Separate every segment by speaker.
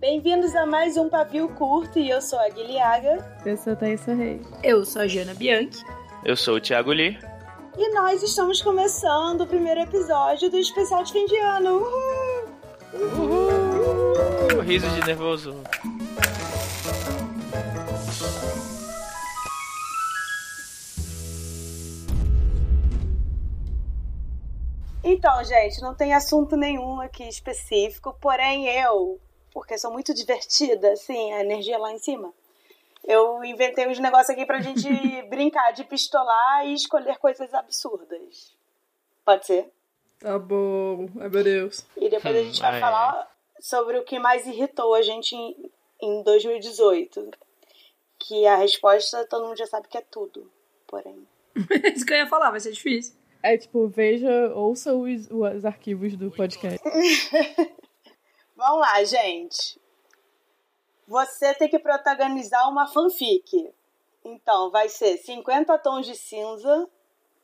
Speaker 1: Bem-vindos a mais um Pavio Curto e eu sou a Guilhaga.
Speaker 2: Eu sou a Thaisa Reis.
Speaker 3: Eu sou a Jana Bianchi.
Speaker 4: Eu sou o Thiago Lee.
Speaker 1: E nós estamos começando o primeiro episódio do especial de fim de ano. Uhul!
Speaker 4: Uhul! Riso de nervoso.
Speaker 1: Então, gente, não tem assunto nenhum aqui específico, porém eu, porque sou muito divertida, assim, a energia lá em cima, eu inventei uns negócios aqui pra gente brincar de pistolar e escolher coisas absurdas. Pode ser?
Speaker 2: Tá bom. Ai, meu Deus.
Speaker 1: E depois a gente vai
Speaker 4: Hum, é.
Speaker 1: falar sobre o que mais irritou a gente em, em 2018. Que a resposta todo mundo já sabe que é tudo, porém.
Speaker 3: Isso que eu ia falar, vai ser difícil.
Speaker 2: É tipo, veja, ouça os, os arquivos do podcast.
Speaker 1: Vamos lá, gente. Você tem que protagonizar uma fanfic. Então, vai ser 50 tons de cinza,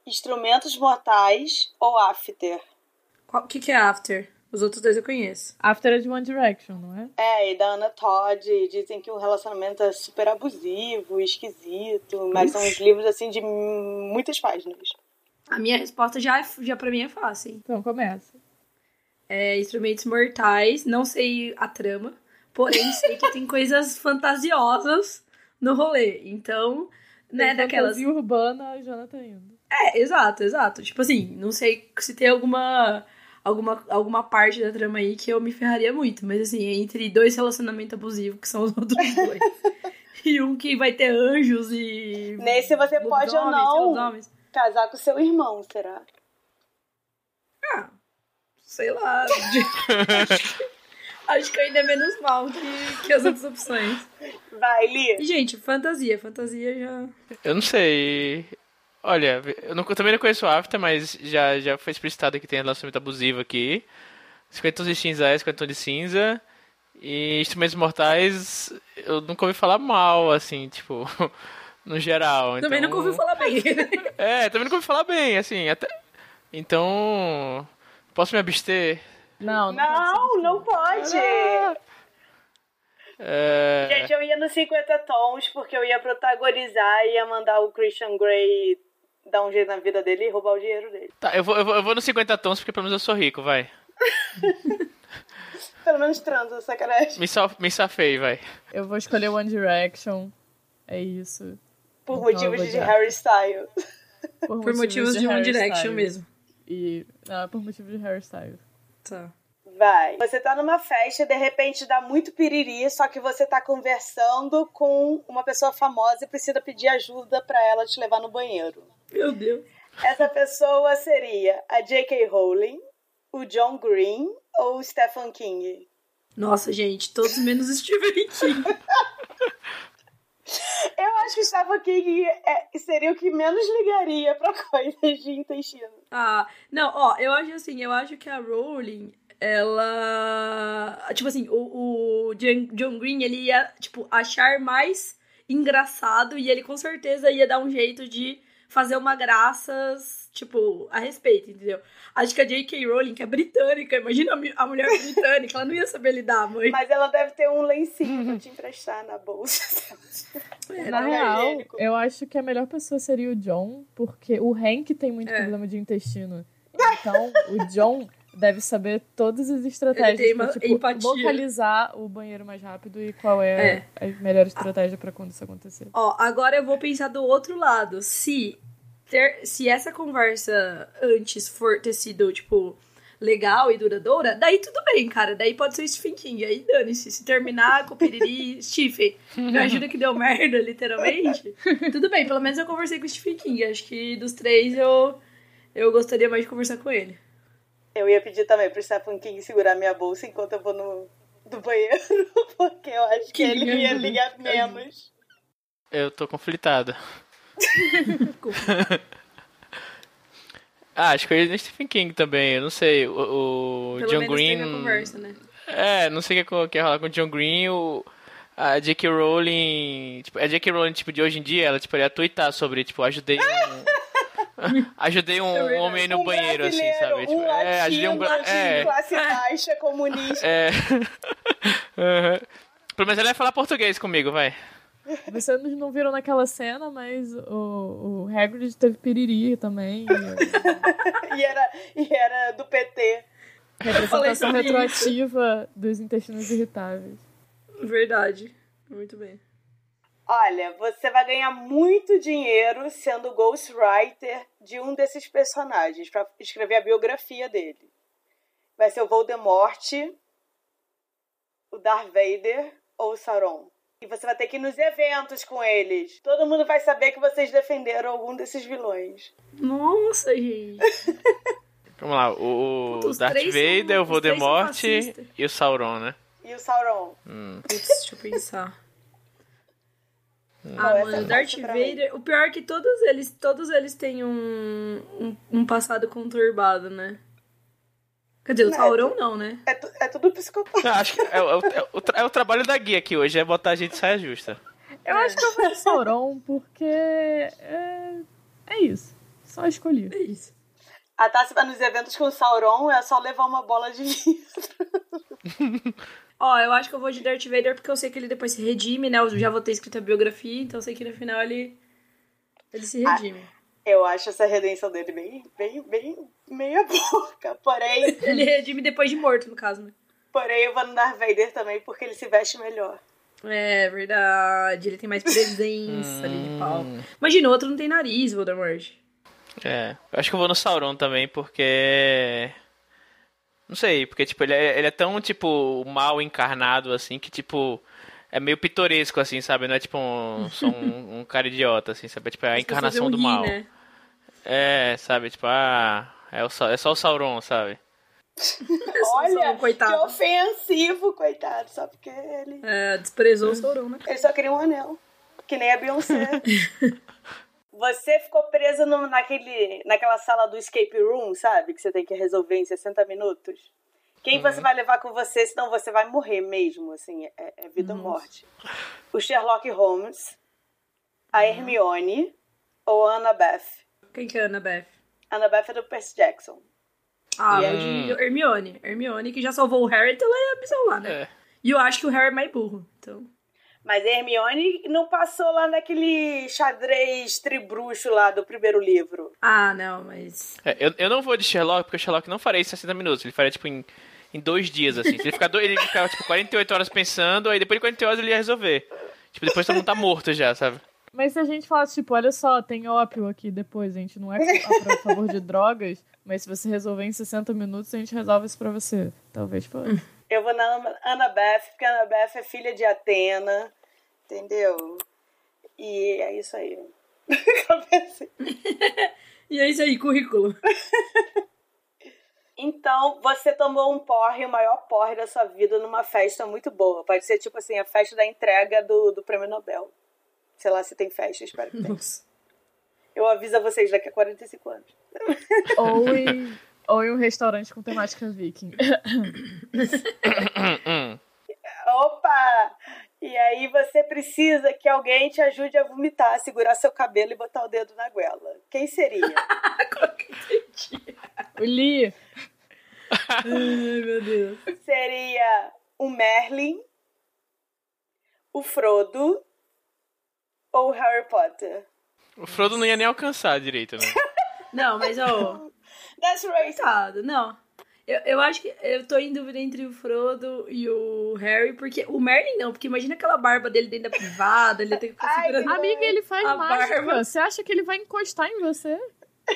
Speaker 1: instrumentos mortais ou after.
Speaker 3: Qual- O que, que é After? Os outros dois eu conheço.
Speaker 2: After é de One Direction, não é?
Speaker 1: É, e da Ana Todd dizem que o relacionamento é super abusivo, esquisito, mas são uns livros assim de muitas páginas.
Speaker 3: A minha resposta já, é f- já pra mim é fácil. hein?
Speaker 2: Então começa.
Speaker 3: É Instrumentos Mortais, não sei a trama, porém sei que tem coisas fantasiosas no rolê. Então, né,
Speaker 2: Tem
Speaker 3: daquelas.
Speaker 2: fantasia urbana, a Jana tá indo.
Speaker 3: É, exato, exato. Tipo assim, não sei se tem alguma, alguma, alguma parte da trama aí que eu me ferraria muito, mas assim, é entre dois relacionamentos abusivos, que são os outros dois, e um que vai ter anjos e.
Speaker 1: Nesse você pode ou
Speaker 3: lobisomens,
Speaker 1: não.
Speaker 3: lobisomens.
Speaker 1: Casar com seu irmão, será?
Speaker 3: Ah, sei lá. Acho que ainda é menos mal que, que as outras opções.
Speaker 1: Vai, Li.
Speaker 3: E, gente, fantasia, fantasia já.
Speaker 4: Eu não sei. Olha, eu, não- eu também não conheço o After, mas já, já foi explicitado que tem relacionamento abusivo aqui. 50 tons de cinza é 50 tons de cinza. E instrumentos mortais, eu nunca ouvi falar mal, assim, tipo, no geral.
Speaker 3: Também
Speaker 4: então-
Speaker 3: nunca ouvi falar bem.
Speaker 4: É, também nunca ouvi falar bem, assim, até... Então, posso me abster?
Speaker 2: Não,
Speaker 1: Não, não pode!
Speaker 4: É...
Speaker 1: Gente, eu ia no 50 Tons porque eu ia protagonizar e ia mandar o Christian Grey dar um jeito na vida dele e roubar o dinheiro dele.
Speaker 4: Tá, eu vou, eu, vou, eu vou no 50 tons, porque pelo menos eu sou rico, vai.
Speaker 1: Pelo menos transa, sacanagem.
Speaker 4: Me, sal, me safei, vai.
Speaker 2: Eu vou escolher One Direction. É isso.
Speaker 1: Por
Speaker 2: Não, é. eu
Speaker 1: motivos
Speaker 2: vou
Speaker 1: de
Speaker 2: já.
Speaker 1: Harry Styles.
Speaker 3: Por motivos de One
Speaker 2: é Harry
Speaker 3: Direction
Speaker 2: Styles.
Speaker 3: mesmo.
Speaker 2: E, não, é por motivos de hairstyle.
Speaker 3: Tá.
Speaker 1: Vai. Você tá numa festa, de repente dá muito piriri, só que você tá conversando com uma pessoa famosa e precisa pedir ajuda pra ela te levar no banheiro.
Speaker 3: Meu Deus.
Speaker 1: Essa pessoa seria a J.K. Rowling, o John Green ou o Stephen King?
Speaker 3: Nossa, gente, todos menos Stephen King.
Speaker 1: Eu acho que o Stephen King é- seria o que menos ligaria pra coisas de intestino.
Speaker 3: Ah, não, ó, eu acho assim, eu acho que a Rowling, ela. Tipo assim, o, o Jan- John Green, ele ia, tipo, achar mais engraçado e ele com certeza ia dar um jeito de fazer uma graça, tipo, a respeito, entendeu? Acho que a J.K. Rowling, que é britânica, imagina a mi- a mulher britânica, ela não ia saber lidar, mãe.
Speaker 1: Mas ela deve ter um lencinho pra te emprestar na bolsa.
Speaker 3: É,
Speaker 2: Na
Speaker 1: não é
Speaker 2: real,
Speaker 1: higiênico.
Speaker 2: eu acho que a melhor pessoa seria o John, porque o Hank tem muito
Speaker 3: É.
Speaker 2: problema de intestino. Então, o John deve saber todas as estratégias
Speaker 3: Ele tem
Speaker 2: pra,
Speaker 3: uma
Speaker 2: tipo,
Speaker 3: empatia.
Speaker 2: localizar o banheiro mais rápido e qual é,
Speaker 3: É.
Speaker 2: a melhor estratégia pra quando isso acontecer.
Speaker 3: Ó, agora eu vou pensar do outro lado. Se, ter, se essa conversa antes for ter sido, tipo, legal e duradoura, daí tudo bem, cara. Daí pode ser Stephen King. Aí dane-se. Se terminar com o Piriri, Stephen, me ajuda que deu merda, literalmente. Tudo bem, pelo menos eu conversei com o Stephen King. Acho que dos três eu, eu gostaria mais de conversar com ele.
Speaker 1: Eu ia pedir também pro Stephen King segurar minha bolsa enquanto eu vou no, no banheiro, porque eu acho que
Speaker 3: Que
Speaker 1: ele ia
Speaker 3: lindo.
Speaker 1: ligar menos.
Speaker 4: Eu tô conflitado.
Speaker 3: Desculpa.
Speaker 4: Ah, acho que eu ia no Stephen King também, eu não sei. O, o
Speaker 3: Pelo
Speaker 4: John
Speaker 3: menos
Speaker 4: Green...
Speaker 3: teve a conversa, né?
Speaker 4: É, não sei o que co- que ia rolar com o John Green, o... A J.K. Rowling, tipo, a J.K. Rowling, tipo, de hoje em dia, ela, tipo, ela ia twittar sobre, tipo, ajudei um... ajudei um homem no
Speaker 1: Um
Speaker 4: banheiro, assim,
Speaker 3: um
Speaker 1: brasileiro,
Speaker 4: sabe? Tipo,
Speaker 1: um
Speaker 4: é, ajudei um...
Speaker 1: latino
Speaker 4: bra-
Speaker 1: de classe baixa, comunista.
Speaker 4: É. Aham. Pelo menos ele vai falar português comigo, vai.
Speaker 2: Vocês não viram naquela cena, mas o, o Hagrid teve piriri também. e
Speaker 1: E era, e era do PT.
Speaker 3: falei
Speaker 2: Representação
Speaker 3: sobre isso.
Speaker 2: retroativa dos intestinos irritáveis.
Speaker 3: Verdade. Muito bem.
Speaker 1: Olha, você vai ganhar muito dinheiro sendo ghostwriter de um desses personagens pra escrever a biografia dele. Vai ser o Voldemort, o Darth Vader ou o Sauron. E você vai ter que ir nos eventos com eles. Todo mundo vai saber que vocês defenderam algum desses vilões.
Speaker 3: Nossa, gente.
Speaker 4: Vamos lá, o
Speaker 3: Puta, os
Speaker 4: Darth
Speaker 3: três são-
Speaker 4: Vader, o
Speaker 3: os três são
Speaker 4: Voldemort
Speaker 3: fascistas.
Speaker 4: e o Sauron, né?
Speaker 1: E o Sauron?
Speaker 3: Putz, deixa eu pensar.
Speaker 1: Não,
Speaker 3: Ah,
Speaker 1: essa
Speaker 3: mano,
Speaker 1: é
Speaker 3: o Darth
Speaker 1: fácil pra
Speaker 3: Vader. O pior é que todos eles, todos eles têm um, um, um passado conturbado, né? Quer dizer, o
Speaker 1: Não, é
Speaker 3: Sauron não, né?
Speaker 1: É, tu- é tudo psicopata.
Speaker 4: Não, acho que é, o- é o- é o tra- é o trabalho da guia aqui hoje, é botar a gente em saia justa.
Speaker 2: Eu
Speaker 3: É.
Speaker 2: acho que eu vou de Sauron porque é, é isso. Só escolhi.
Speaker 3: É isso.
Speaker 1: A Tassi vai nos eventos com o Sauron, é só levar uma bola de vidro.
Speaker 3: Ó, eu acho que eu vou de Darth Vader porque eu sei que ele depois se redime, né? Eu já vou ter escrito a biografia, então eu sei que no final ele. Ele se
Speaker 1: Ah.
Speaker 3: redime.
Speaker 1: Eu acho essa redenção dele bem, bem, bem meia boca. Porém,
Speaker 3: Ele redime depois de morto, no caso, né?
Speaker 1: porém eu vou no Darth Vader também porque ele se veste melhor.
Speaker 3: É verdade, ele tem mais presença ali de pau.
Speaker 4: Hum.
Speaker 3: Imagina, o outro não tem nariz, Voldemort.
Speaker 4: É. Eu acho que eu vou no Sauron também, porque. Não sei, porque, tipo, ele é, ele é tão, tipo, mal encarnado, assim, que, tipo. É meio pitoresco, assim, sabe? Não é tipo um, só um, um cara idiota, assim, sabe? É, Tipo, é a
Speaker 3: As pessoas
Speaker 4: encarnação
Speaker 3: iam
Speaker 4: do
Speaker 3: rir,
Speaker 4: mal.
Speaker 3: né?
Speaker 4: É, sabe? Tipo, ah. É, o, Sa- é só o Sauron, sabe?
Speaker 1: Olha,
Speaker 3: Sauron, coitado.
Speaker 1: que ofensivo, coitado. Só porque ele,
Speaker 3: É, desprezou o Sauron, né?
Speaker 1: ele só queria um anel. Que nem a Beyoncé. Você ficou presa no- naquele, naquela sala do escape room, sabe? Que você tem que resolver em 60 minutos. Quem
Speaker 3: Uhum.
Speaker 1: você vai levar com você, senão você vai morrer mesmo, assim, é, é vida ou morte. O Sherlock Holmes,
Speaker 3: Uhum.
Speaker 1: a Hermione ou a Annabeth?
Speaker 3: Quem que é a Annabeth?
Speaker 1: Annabeth é do Percy Jackson.
Speaker 3: Ah,
Speaker 4: E
Speaker 3: eu
Speaker 4: aí?
Speaker 3: digo Hermione. Hermione, que já salvou o Harry, então ela é a missão lá, né?
Speaker 4: É.
Speaker 3: E eu acho que o Harry é mais burro, então...
Speaker 1: Mas a Hermione não passou lá naquele xadrez tribruxo lá do primeiro livro.
Speaker 3: Ah, não, mas...
Speaker 4: É, eu, eu não vou de Sherlock, porque o Sherlock não faria em 60 minutos. Ele faria, tipo, em, em dois dias, assim. Se ele ficar, do, ele ficar, tipo, 48 horas pensando, aí depois de 48 horas ele ia resolver. Tipo, depois todo mundo tá morto já, sabe?
Speaker 2: Mas se a gente falasse, tipo, olha só, tem ópio aqui depois, a gente não é co- a favor de drogas, mas se você resolver em 60 minutos, a gente resolve isso pra você. Talvez fosse.
Speaker 1: Eu vou na Ana- Annabeth, porque a Annabeth é filha de Atena, entendeu? E é isso aí.
Speaker 3: E é isso aí, currículo.
Speaker 1: Então, você tomou um porre, o maior porre da sua vida, numa festa muito boa. Pode ser, tipo assim, a festa da entrega do, do prêmio Nobel. Sei lá se tem festa, espero que tenha.
Speaker 3: Nossa.
Speaker 1: Eu aviso a vocês daqui a 45 anos.
Speaker 2: ou, em, ou em um restaurante com temática viking.
Speaker 4: Hum,
Speaker 1: Opa! E aí você precisa que alguém te ajude a vomitar, segurar seu cabelo e botar o dedo na goela. Quem seria?
Speaker 2: O Lee,
Speaker 3: Ai, meu Deus.
Speaker 1: seria o Merlin, o Frodo ou o Harry Potter.
Speaker 4: O Frodo não ia nem alcançar direito, né?
Speaker 3: Não, mas, ó...
Speaker 1: That's right.
Speaker 3: Coitado, não. Eu, eu acho que eu tô em dúvida entre o Frodo e o Harry, porque o Merlin não, porque imagina aquela barba dele dentro da privada, ele tem que ficar
Speaker 1: Ai,
Speaker 3: segurando.
Speaker 2: amiga, ele faz
Speaker 3: A
Speaker 2: mágica.
Speaker 3: barba.
Speaker 2: Você acha que ele vai encostar em você?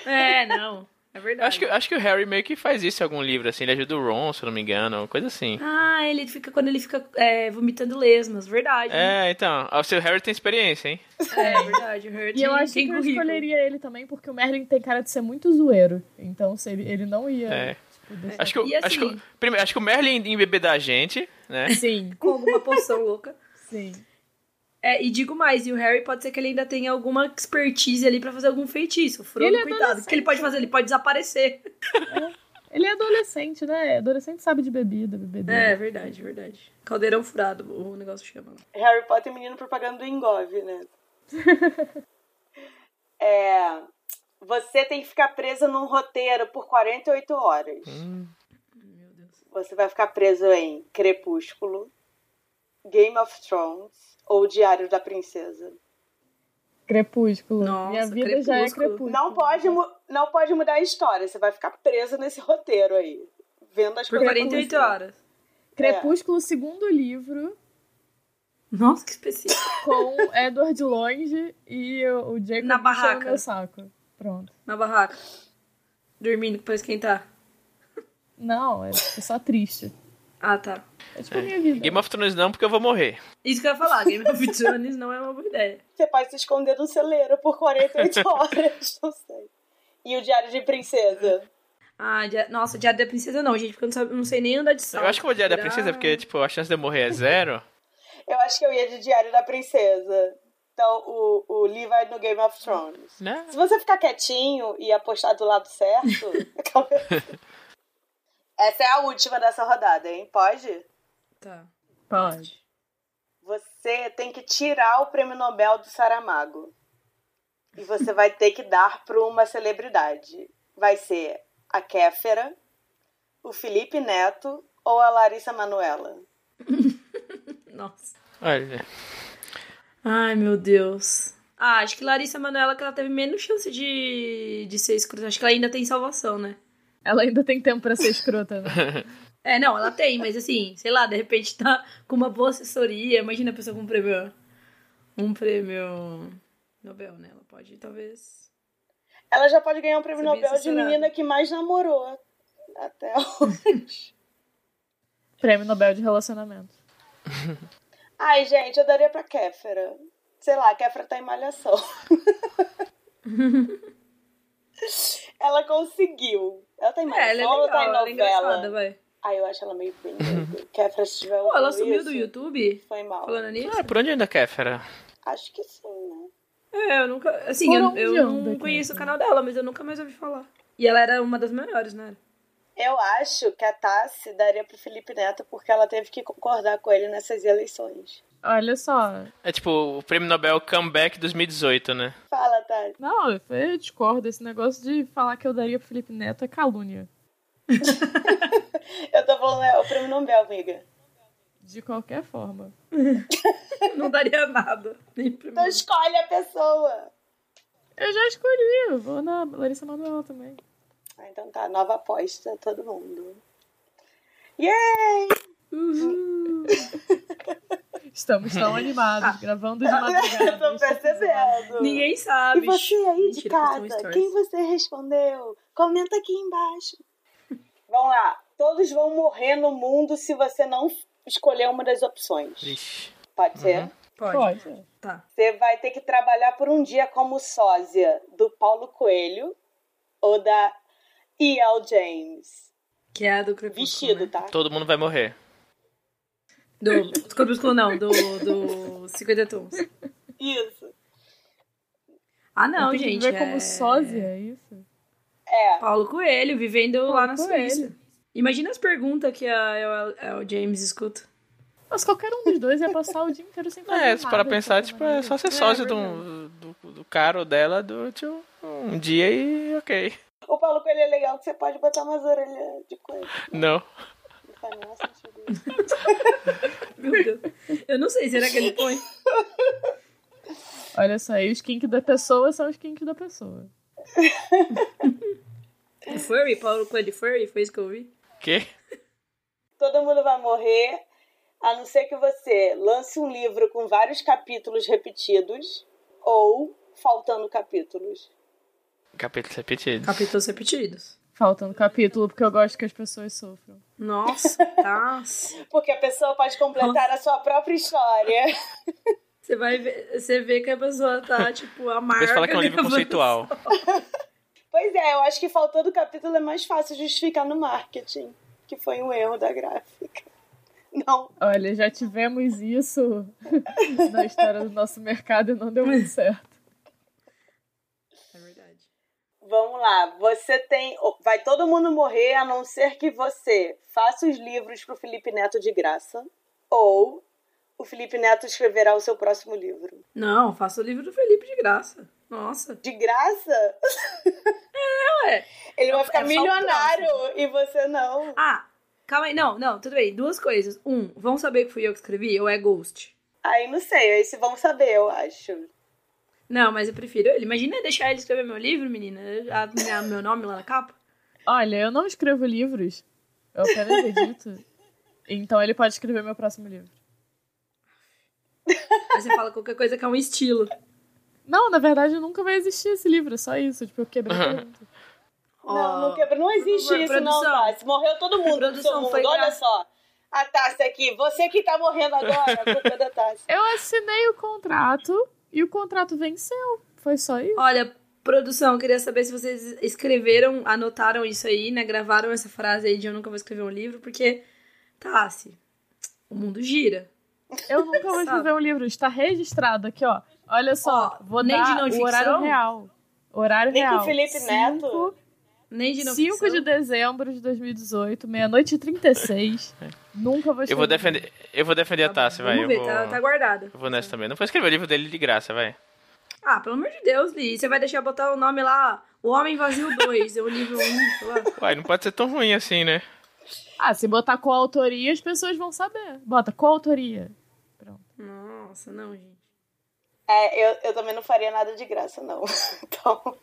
Speaker 3: É, não. É
Speaker 4: Eu
Speaker 3: verdade.
Speaker 4: acho que, eu acho que o Harry meio que faz isso em algum livro, assim. Ele ajuda o Ron, se eu não me engano, uma coisa assim.
Speaker 3: Ah, ele fica quando ele fica é, vomitando lesmas, verdade.
Speaker 4: É, então. ah, O seu Harry tem experiência, hein?
Speaker 3: É, verdade. O Harry
Speaker 2: E eu
Speaker 3: tem-
Speaker 2: acho que
Speaker 3: tem
Speaker 2: eu
Speaker 3: currículo.
Speaker 2: escolheria ele também, porque o Merlin tem cara de ser muito zoeiro. Então se ele, ele não ia.
Speaker 4: É.
Speaker 2: tipo, deixar-
Speaker 4: Acho que, o-
Speaker 3: E assim-
Speaker 4: acho, que, o- primeiro, acho que o Merlin ia embebedar a gente, né?
Speaker 2: Sim,
Speaker 3: com alguma poção louca.
Speaker 2: sim.
Speaker 3: É, e digo mais, e o Harry pode ser que ele ainda tenha alguma expertise ali pra fazer algum feitiço. O Frodo,
Speaker 2: Ele é
Speaker 3: coitado. O que ele pode fazer? Ele pode desaparecer.
Speaker 2: Ele é adolescente, né? Adolescente sabe de bebida, bebedeira.
Speaker 3: É, verdade, verdade. Caldeirão furado, o negócio chama.
Speaker 1: Harry Potter é menino propaganda do Engov, né? é, você tem que ficar presa num roteiro por 48 horas.
Speaker 4: Hum.
Speaker 3: Meu Deus.
Speaker 1: Você vai ficar preso em Crepúsculo, Game of Thrones ou Diário da Princesa.
Speaker 2: Crepúsculo.
Speaker 3: Nossa,
Speaker 2: Minha vida já é
Speaker 3: Crepúsculo.
Speaker 2: crepúsculo.
Speaker 1: Não pode, mu- não pode mudar a história, você vai ficar preso nesse roteiro aí. Vendo as
Speaker 3: Por
Speaker 1: coisas
Speaker 3: 48
Speaker 1: acontecerem.
Speaker 3: horas.
Speaker 1: É.
Speaker 2: Crepúsculo, segundo livro,
Speaker 3: Nossa, que específico.
Speaker 2: com Edward Longe e o o Jacob
Speaker 3: Na
Speaker 2: puxando
Speaker 3: barraca.
Speaker 2: meu saco. Pronto.
Speaker 3: Na barraca. Dormindo pra esquentar.
Speaker 2: Não, é, é só triste.
Speaker 3: Ah, tá.
Speaker 2: É tipo a minha vida.
Speaker 4: Game of Thrones não, porque eu vou morrer.
Speaker 3: Isso que eu ia falar. Game of Thrones não é uma boa ideia.
Speaker 1: Você pode se esconder no celeiro por 48 horas, não sei. E o Diário de Princesa.
Speaker 3: Ah, dia... nossa, Diário da Princesa não, gente, porque eu não, sabe- não sei nem andar de salto.
Speaker 4: Eu acho que eu vou odiar da
Speaker 3: Será?
Speaker 4: princesa, porque, tipo, a chance de eu morrer é zero.
Speaker 1: Eu acho que eu ia de Diário da Princesa. Então, o, o Lee vai no Game of Thrones.
Speaker 4: Né?
Speaker 1: Se você ficar quietinho e apostar do lado certo... Essa é a última dessa rodada, hein? Pode?
Speaker 3: Tá.
Speaker 2: Pode.
Speaker 1: Você tem que tirar o prêmio Nobel do Saramago. E você vai ter que dar para uma celebridade. Vai ser a Kéfera, o Felipe Neto ou a Larissa Manuela.
Speaker 3: Nossa.
Speaker 4: Olha.
Speaker 3: Ai, meu Deus. Ah, acho que Larissa Manoela que ela teve menos chance de, de ser escrota. Acho que ela ainda tem salvação, né?
Speaker 2: Ela ainda tem tempo pra ser escrota, né?
Speaker 3: É, não, ela tem, mas assim, sei lá, de repente tá com uma boa assessoria. Imagina a pessoa com um prêmio. Um prêmio Nobel, né? Ela pode, talvez.
Speaker 1: Ela já pode ganhar um prêmio
Speaker 3: Você é bem
Speaker 1: Nobel de
Speaker 3: assessorada.
Speaker 1: menina que mais namorou. Até o-
Speaker 2: Prêmio Nobel de Relacionamento.
Speaker 1: Ai, gente, eu daria pra Kéfera. Sei lá, a Kéfera tá em malhação. ela conseguiu. Ela tá em malhação
Speaker 3: É, ela é
Speaker 1: ou
Speaker 3: legal,
Speaker 1: ela tá em
Speaker 3: ela é
Speaker 1: novela?
Speaker 3: engraçada, vai. Uhum.
Speaker 1: Ah, eu acho ela meio bonita. Kéfera, se tiver
Speaker 3: Pô, ela
Speaker 1: ouvindo
Speaker 3: sumiu
Speaker 1: isso,
Speaker 3: do YouTube? né?
Speaker 1: Foi mal.
Speaker 3: Falando nisso?
Speaker 4: Ah, por onde anda a Kéfera?
Speaker 1: Acho que sim, né?
Speaker 3: É, eu nunca. Assim,
Speaker 2: Por
Speaker 3: eu,
Speaker 2: onde
Speaker 3: eu
Speaker 2: anda,
Speaker 3: não
Speaker 2: cara?
Speaker 3: conheço o canal dela, mas eu nunca mais ouvi falar. E ela era uma das maiores, né?
Speaker 1: Eu acho que a Tassi daria pro Felipe Neto porque ela teve que concordar com ele nessas eleições.
Speaker 2: Olha só.
Speaker 4: É tipo o prêmio Nobel Comeback 2018, né?
Speaker 1: Fala, Tassi.
Speaker 2: Não, eu discordo. Esse negócio de falar que eu daria pro Felipe Neto é calúnia.
Speaker 1: Eu tô falando, é o prêmio Nobel, amiga.
Speaker 2: De qualquer forma.
Speaker 3: Não daria nada. Nem pra
Speaker 1: Então
Speaker 3: mim.
Speaker 1: escolhe a pessoa.
Speaker 2: Eu já escolhi. Eu vou na Larissa Manoela também.
Speaker 1: Ah, então tá, nova aposta, todo mundo. Yay!
Speaker 3: Uhul.
Speaker 2: Estamos tão animados, gravando de madrugada.
Speaker 1: Ah.
Speaker 2: é
Speaker 1: Eu tô
Speaker 2: este episódio.
Speaker 1: percebendo.
Speaker 3: Ninguém sabe.
Speaker 1: Ah. E você aí de
Speaker 3: Mentira, eu postei um
Speaker 1: casa,
Speaker 3: stories.
Speaker 1: quem você respondeu? Comenta aqui embaixo. Vamos lá. Todos vão morrer no mundo se você não escolher uma das opções.
Speaker 4: Ixi.
Speaker 1: Pode ser?
Speaker 4: Uhum.
Speaker 3: Pode.
Speaker 2: Pode.
Speaker 3: Tá.
Speaker 1: Você vai ter que trabalhar por um dia como sósia do Paulo Coelho ou da E.L. James.
Speaker 3: Que é a do Crepúsculo.
Speaker 1: Vestido,
Speaker 3: né?
Speaker 1: tá?
Speaker 4: Todo mundo vai morrer.
Speaker 3: Do, do Crepúsculo, não, do, do 50 Tons.
Speaker 1: Isso.
Speaker 3: Ah, não,
Speaker 2: Tem que
Speaker 3: gente.
Speaker 2: ver
Speaker 3: é...
Speaker 2: como sósia, é isso?
Speaker 1: É.
Speaker 3: Paulo Coelho, vivendo lá na
Speaker 2: Coelho.
Speaker 3: Suíça. Imagina as perguntas que a, a, a- o James escuta.
Speaker 2: Mas qualquer um dos dois ia passar o dia inteiro sem fazer
Speaker 4: É,
Speaker 2: nada.
Speaker 4: se para pensar,
Speaker 2: de
Speaker 4: tipo,
Speaker 2: qualquer
Speaker 4: é
Speaker 2: maneira.
Speaker 4: só ser sósia do, do, do cara ou dela durante um, um dia e ok.
Speaker 1: O Paulo Coelho é legal que você pode botar umas orelhas de coelho. Não
Speaker 4: Não.
Speaker 1: faz o menor sentido isso.
Speaker 3: Meu Deus. Eu não sei, será que ele põe?
Speaker 4: assim.
Speaker 2: Olha só, aí os kink da pessoa são os kink da pessoa.
Speaker 3: O Furry? Paulo Coelho Furry? Foi isso que eu vi?
Speaker 4: Que?
Speaker 1: Todo mundo vai morrer, a não ser que você lance um livro com vários capítulos repetidos ou faltando capítulos.
Speaker 4: Capítulos repetidos.
Speaker 3: Capítulos repetidos.
Speaker 2: Faltando um capítulo, porque eu gosto que as pessoas sofram.
Speaker 3: Nossa, tá.
Speaker 1: Porque a pessoa pode completar a sua própria história.
Speaker 3: Você vai ver, você vê que a pessoa tá, tipo, amarga.
Speaker 4: Depois fala que é um livro
Speaker 3: gravando.
Speaker 4: conceitual.
Speaker 1: Pois é, eu acho que faltando capítulo é mais fácil justificar no marketing, que foi um erro da gráfica. Não,
Speaker 2: Olha, já tivemos isso na história do nosso mercado e não deu muito certo.
Speaker 3: É verdade.
Speaker 1: vamos lá. Você tem. Vai todo mundo morrer, a não ser que você faça os livros pro Felipe Neto de graça. Ou o Felipe Neto escreverá o seu próximo livro.
Speaker 3: Não, faça o livro do Felipe de graça. Nossa.
Speaker 1: De graça?
Speaker 3: ué.
Speaker 1: Ele
Speaker 3: Eu
Speaker 1: vai ficar
Speaker 3: quero É, só o
Speaker 1: milionário e você não.
Speaker 3: Ah, Calma aí, não, não, tudo bem. Duas coisas. Um, vão saber que fui eu que escrevi ou é Ghost?
Speaker 1: Aí não sei, aí se vão saber, eu acho.
Speaker 3: Não, mas eu prefiro ele. Imagina deixar ele escrever meu livro, menina. A, minha- meu nome lá na capa.
Speaker 2: Olha, eu não escrevo livros. Eu apenas edito. Então ele pode escrever meu próximo livro.
Speaker 3: Aí você fala qualquer coisa que é um estilo.
Speaker 2: Não, na verdade nunca vai existir esse livro, é só isso. Tipo, eu quebrei. a pergunta.
Speaker 1: Não, não
Speaker 3: Ó,
Speaker 1: quebra. Não existe
Speaker 3: favor,
Speaker 1: isso,
Speaker 3: produção.
Speaker 1: não, Tassi. Morreu todo mundo.
Speaker 3: Produção,
Speaker 1: todo mundo.
Speaker 3: foi
Speaker 1: Olha
Speaker 3: gra-
Speaker 1: só. A Tassi aqui. Você que tá morrendo agora, a culpa é da Tassi.
Speaker 2: Eu assinei o contrato e o contrato venceu. Foi só isso.
Speaker 3: Olha, produção, eu queria saber se vocês escreveram, anotaram isso aí, né? Gravaram essa frase aí de eu nunca vou escrever um livro, porque, Tassi, o mundo gira.
Speaker 2: Eu nunca vou escrever um livro. Está registrado aqui, ó. Olha só,
Speaker 3: Ó,
Speaker 2: vou
Speaker 3: nem
Speaker 2: dar
Speaker 3: de não
Speaker 2: o
Speaker 3: ficção?
Speaker 2: horário real. Horário
Speaker 1: Nem com
Speaker 2: real.
Speaker 1: o Felipe Neto?
Speaker 3: Nem de não
Speaker 2: 5 de dezembro de 2018, meia-noite e 36. Nunca vou escrever.
Speaker 4: É. Eu vou defender, eu vou defender a Tassi, vai.
Speaker 3: Vamos
Speaker 4: Eu
Speaker 3: ver,
Speaker 4: vou,
Speaker 3: tá, tá guardada.
Speaker 4: eu vou nessa também. Não foi escrever o livro dele de graça, vai.
Speaker 3: Ah, pelo amor de Deus, Li. Você vai deixar botar o nome lá, O Homem Vazio 2, é o livro 1, sei lá.
Speaker 4: Uai, não pode ser tão ruim assim, né?
Speaker 2: Ah, se botar coautoria, as pessoas vão saber. Bota coautoria. Pronto.
Speaker 3: Nossa, não, gente.
Speaker 1: É, eu, eu também não faria nada de graça, não. Então.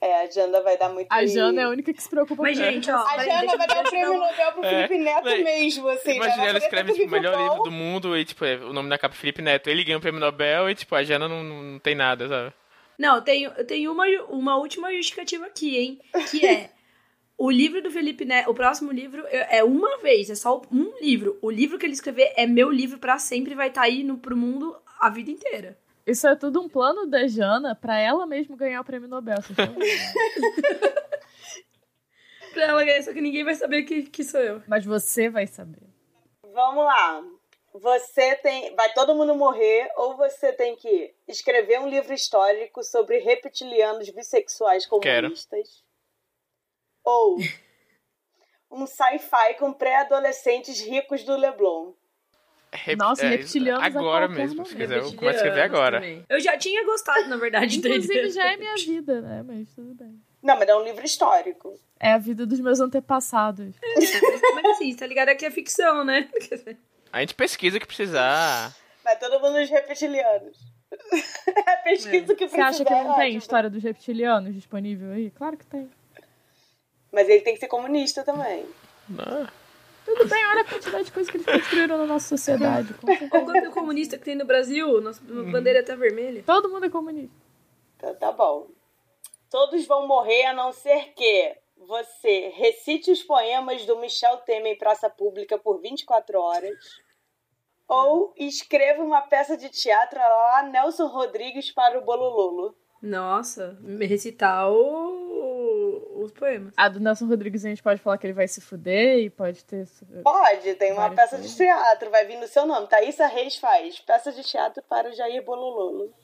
Speaker 1: É, a Janda vai dar muito.
Speaker 2: A Jana é a única que se preocupa
Speaker 3: Mas,
Speaker 2: com isso.
Speaker 3: gente, ó,
Speaker 1: A
Speaker 3: peraí,
Speaker 1: Jana
Speaker 3: um deixa
Speaker 1: vai
Speaker 3: eu
Speaker 1: dar o
Speaker 3: prestar
Speaker 1: prêmio
Speaker 3: um-
Speaker 1: Nobel pro
Speaker 4: É,
Speaker 1: Felipe Neto
Speaker 4: vai.
Speaker 1: mesmo, assim.
Speaker 4: Imagina,
Speaker 1: né?
Speaker 4: ela
Speaker 1: Vai fazer
Speaker 4: escreve
Speaker 1: tanto
Speaker 4: tipo, o melhor
Speaker 1: bom.
Speaker 4: livro do mundo e, tipo, é o nome na capa Felipe Neto. Ele ganha o prêmio Nobel e, tipo, a Jana não, não, não tem nada, sabe?
Speaker 3: Não, eu tenho, eu tenho uma, ju- uma última justificativa aqui, hein? Que é o livro do Felipe Neto, o próximo livro é é uma vez, é só um livro. O livro que ele escrever é meu livro pra sempre, vai estar aí no, pro mundo a vida inteira.
Speaker 2: Isso é tudo um plano da Jana pra ela mesma ganhar o prêmio Nobel. vocês estão vendo?
Speaker 3: Pra ela ganhar, só que ninguém vai saber que, que sou eu.
Speaker 2: Mas você vai saber.
Speaker 1: Vamos lá. Você tem. Vai todo mundo morrer, ou você tem que escrever um livro histórico sobre reptilianos bissexuais comunistas. Ou um sci-fi com pré-adolescentes ricos do Leblon.
Speaker 4: Rep-
Speaker 2: Nossa,
Speaker 4: isso-
Speaker 2: reptilianos a
Speaker 4: Agora
Speaker 2: qualquer
Speaker 4: mesmo, se
Speaker 2: momento.
Speaker 4: quiser. Eu começo a escrever agora.
Speaker 3: É Também. Eu já tinha gostado, na verdade, dele.
Speaker 2: Inclusive, já é minha vida, né? Mas tudo bem.
Speaker 1: Não, mas é um livro histórico.
Speaker 2: É a vida dos meus antepassados.
Speaker 3: Mas assim, tá ligado? É que é ficção, né?
Speaker 4: A gente pesquisa o que precisar.
Speaker 1: Vai todo mundo nos reptilianos. É a pesquisa que
Speaker 2: Você
Speaker 1: precisa,
Speaker 2: acha que
Speaker 1: é
Speaker 2: não tem
Speaker 1: ótimo.
Speaker 2: história dos reptilianos disponível aí? Claro que tem.
Speaker 1: Mas ele tem que ser comunista também.
Speaker 4: Não.
Speaker 2: Tudo bem, olha a quantidade de coisa que eles construíram na nossa sociedade. com certeza.
Speaker 3: O quanto comunista que tem no Brasil, nossa
Speaker 4: Uhum.
Speaker 3: bandeira é até vermelha.
Speaker 2: Todo mundo é comunista.
Speaker 1: Então tá bom. Todos vão morrer a não ser que você recite os poemas do Michel Temer em praça pública por 24 horas ou escreva uma peça de teatro lá Nelson Rodrigues para o Bolololo.
Speaker 3: Nossa, recitar o- os poemas.
Speaker 2: A do Nelson Rodrigues a gente pode falar que ele vai se fuder e pode ter.
Speaker 1: Pode, tem uma
Speaker 2: Várias
Speaker 1: peça de
Speaker 2: coisas.
Speaker 1: teatro, vai vir no seu nome. Thaísa Reis faz peça de teatro para o Jair Bolololo.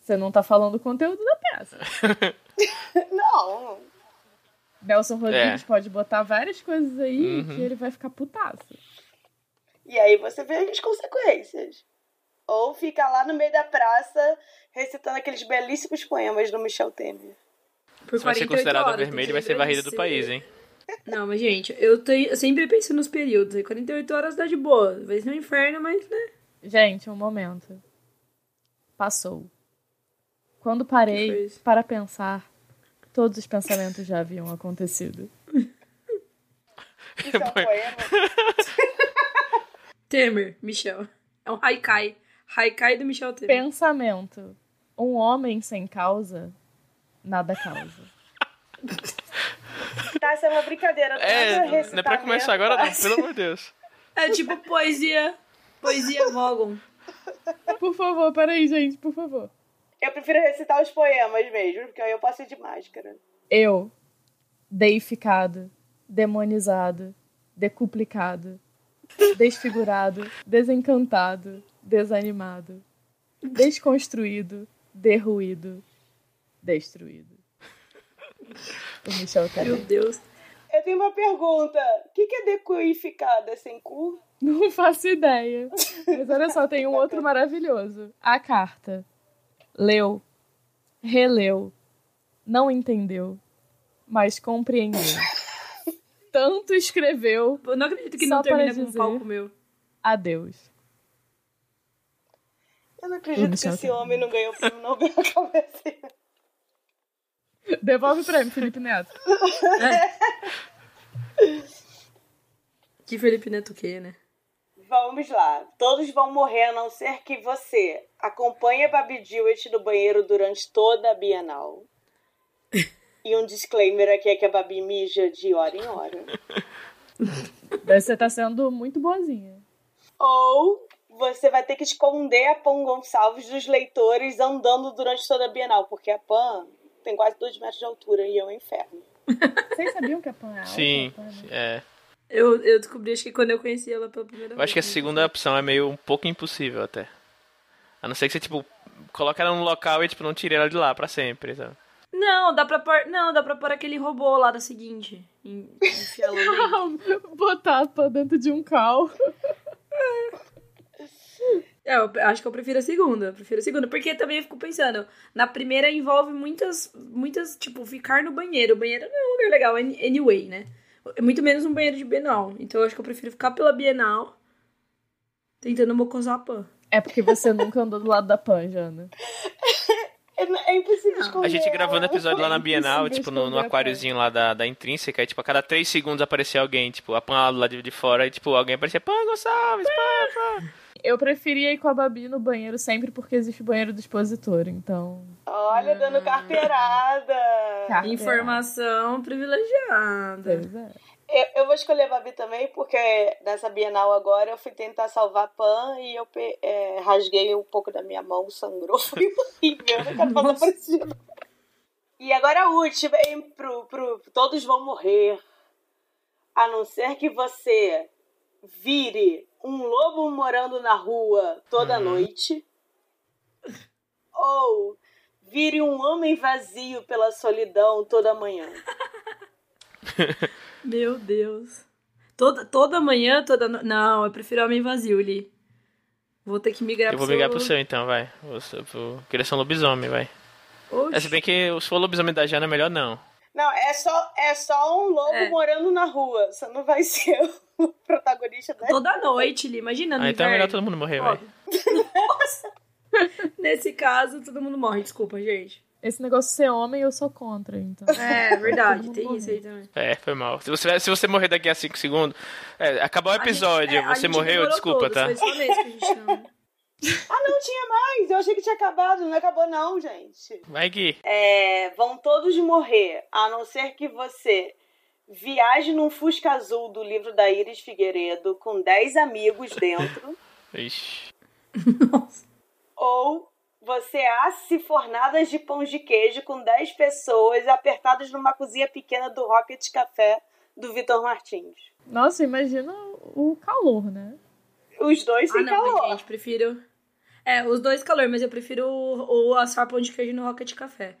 Speaker 2: Você não tá falando o conteúdo da peça.
Speaker 1: Não,
Speaker 2: Nelson Rodrigues pode botar várias coisas aí
Speaker 4: Uhum.
Speaker 2: que ele vai ficar putaço.
Speaker 1: E aí você vê as consequências. Ou fica lá no meio da praça recitando aqueles belíssimos poemas do Michel Temer.
Speaker 3: Por
Speaker 4: Se vai ser
Speaker 3: 48
Speaker 4: considerada
Speaker 3: horas,
Speaker 4: vermelha,
Speaker 3: porque
Speaker 4: vai ser
Speaker 3: lembra
Speaker 4: varrida
Speaker 3: de
Speaker 4: do
Speaker 3: ser-
Speaker 4: país, hein?
Speaker 3: Não, mas gente, eu, tenho- eu sempre penso nos períodos. Aí 48 horas dá de boa. Vai ser um inferno, mas né?
Speaker 2: Gente, um momento. Passou. Quando
Speaker 3: Que foi
Speaker 2: parei
Speaker 3: isso?
Speaker 2: para pensar, todos os pensamentos já haviam acontecido.
Speaker 1: Isso é um poema.
Speaker 3: Temer, Michel. É um haikai. Haikai do Michel Temer.
Speaker 2: Pensamento. Um homem sem causa, nada causa.
Speaker 1: Tá, isso é uma brincadeira. Não
Speaker 4: É,
Speaker 1: pra
Speaker 4: não é
Speaker 1: recitar
Speaker 4: pra
Speaker 1: mesmo,
Speaker 4: começar agora, não,
Speaker 1: tá?
Speaker 4: pelo amor de Deus.
Speaker 3: É tipo poesia. Poesia Vogon.
Speaker 2: Por favor, peraí, gente, por favor.
Speaker 1: Eu prefiro recitar os poemas mesmo, porque aí eu passo de máscara.
Speaker 2: Eu, deificado, demonizado, decuplicado, desfigurado, desencantado, desanimado, desconstruído, derruído, destruído. O Michel tá-
Speaker 3: Meu
Speaker 2: Temer.
Speaker 3: Deus.
Speaker 1: Eu tenho uma pergunta. O que, que é decurificada sem cu?
Speaker 2: Não faço ideia. Mas olha só, tem um outro maravilhoso. A carta. Leu, releu, não entendeu, mas compreendeu. tanto escreveu.
Speaker 3: Eu não acredito que
Speaker 2: Só
Speaker 3: não
Speaker 2: para
Speaker 3: termina com um
Speaker 2: dizer.
Speaker 3: palco meu.
Speaker 2: Adeus.
Speaker 1: Eu não
Speaker 2: Eu
Speaker 1: acredito
Speaker 2: não
Speaker 1: que
Speaker 2: sei
Speaker 1: esse
Speaker 2: o que-
Speaker 1: homem não ganhou o prêmio Nobel na cabeça.
Speaker 2: Devolve o prêmio, Felipe Neto.
Speaker 3: Que Felipe Neto que, né?
Speaker 1: Vamos lá. Todos vão morrer, a não ser que você acompanhe a Babi Dewitt no banheiro durante toda a Bienal. E um disclaimer aqui é que a Babi mija de hora em hora.
Speaker 2: Você tá sendo muito boazinha.
Speaker 1: Ou você vai ter que esconder a Pan Gonçalves dos leitores andando durante toda a Bienal, porque a Pan tem quase dois metros de altura e é um inferno.
Speaker 2: Vocês sabiam que a Pan é alta?
Speaker 4: Sim.
Speaker 2: A Pan é muito-
Speaker 4: É.
Speaker 3: Eu, eu descobri, acho que quando eu conheci ela pela primeira
Speaker 4: Eu
Speaker 3: vez.
Speaker 4: acho que a segunda opção é meio um pouco impossível até. A não ser que você, tipo, coloque ela num local e, tipo, não tire ela de lá pra sempre, sabe?
Speaker 3: Não, dá pra pôr. Não, dá pra pôr aquele robô lá da seguinte. Em- Enfiar lá dentro.
Speaker 2: Botar pra dentro de um cal.
Speaker 3: É, eu acho que eu prefiro a segunda. eu Prefiro a segunda. Porque também eu fico pensando, na primeira envolve muitas. Muitas, tipo, ficar no banheiro. O banheiro não é um lugar legal, any- anyway, né? Muito menos um banheiro de Bienal. Então eu acho que eu prefiro ficar pela Bienal tentando mocosar a pan.
Speaker 2: É porque você nunca andou do lado da Pan, Jana.
Speaker 1: É, é impossível esconder.
Speaker 4: A gente
Speaker 1: ela.
Speaker 4: gravando episódio lá na Bienal,
Speaker 2: Impossível
Speaker 4: tipo, no, no
Speaker 2: esconder a
Speaker 4: aquáriozinho lá da, da Intrínseca, e, tipo, a cada três segundos aparecia alguém, tipo, apanhado lá de, de fora, e, tipo, alguém aparecia, Pan Gonçalves, Pan, Pan.
Speaker 2: Eu preferia ir com a Babi no banheiro sempre porque existe o banheiro do expositor, então.
Speaker 1: Olha, dando carteirada.
Speaker 2: Carteira.
Speaker 3: Informação privilegiada.
Speaker 2: Pois é.
Speaker 1: Eu, eu vou escolher a Babi também, porque nessa Bienal agora eu fui tentar salvar a Pan e eu pe- é, rasguei um pouco da minha mão, sangrou, foi horrível, eu não quero fazer
Speaker 3: Nossa.
Speaker 1: parecido. E agora a última, hein, pro, pro, todos vão morrer, a não ser que você vire um lobo morando na rua toda noite, ou vire um homem vazio pela solidão toda manhã.
Speaker 3: Meu Deus. Toda, toda manhã, toda. no- Não, eu prefiro homem vazio, Li. Vou ter que migrar
Speaker 4: Eu vou migrar pro seu então, vai. Vou ser pro- Queria ser um lobisomem, vai. É, se
Speaker 3: Oxi.
Speaker 4: bem que se for lobisomem da Jana, é melhor não.
Speaker 1: Não, é só, é só um lobo
Speaker 3: É.
Speaker 1: morando na rua. Você não vai ser o protagonista da.
Speaker 3: Toda noite, Li. Imagina, no
Speaker 4: Ah, então é melhor
Speaker 3: inverno.
Speaker 4: todo mundo morrer, vai.
Speaker 3: Óbvio. Nossa. Nesse caso, todo mundo morre, desculpa, gente.
Speaker 2: Esse negócio de ser homem, eu sou contra, então.
Speaker 3: É,
Speaker 2: Todo
Speaker 3: verdade,
Speaker 2: mundo
Speaker 3: tem
Speaker 2: morre.
Speaker 3: isso aí também.
Speaker 4: É, foi mal. Se você, se você morrer daqui a 5 segundos, é, acabar o episódio,
Speaker 3: A gente- é, a
Speaker 4: você
Speaker 3: gente
Speaker 4: morreu,
Speaker 3: demorou
Speaker 4: desculpa,
Speaker 3: todos,
Speaker 4: tá?
Speaker 3: Foi só nesse que a gente não-
Speaker 1: Ah, não tinha mais! Eu achei que tinha acabado. Não acabou, não, gente.
Speaker 4: Vai, Gui.
Speaker 1: É, vão todos morrer, a não ser que você viaje num Fusca Azul do livro da Iris Figueiredo com 10 amigos dentro.
Speaker 3: É.
Speaker 4: Ixi.
Speaker 3: Nossa.
Speaker 1: ou você asse fornadas de pão de queijo com 10 pessoas apertadas numa cozinha pequena do Rocket Café do Vitor Martins.
Speaker 2: Nossa, imagina o calor, né?
Speaker 1: Os dois
Speaker 3: Ah,
Speaker 1: sem
Speaker 3: não,
Speaker 1: calor.
Speaker 3: mas, gente, prefiro. É, os dois calor, mas eu prefiro o, o assar pão de queijo no Rocket Café.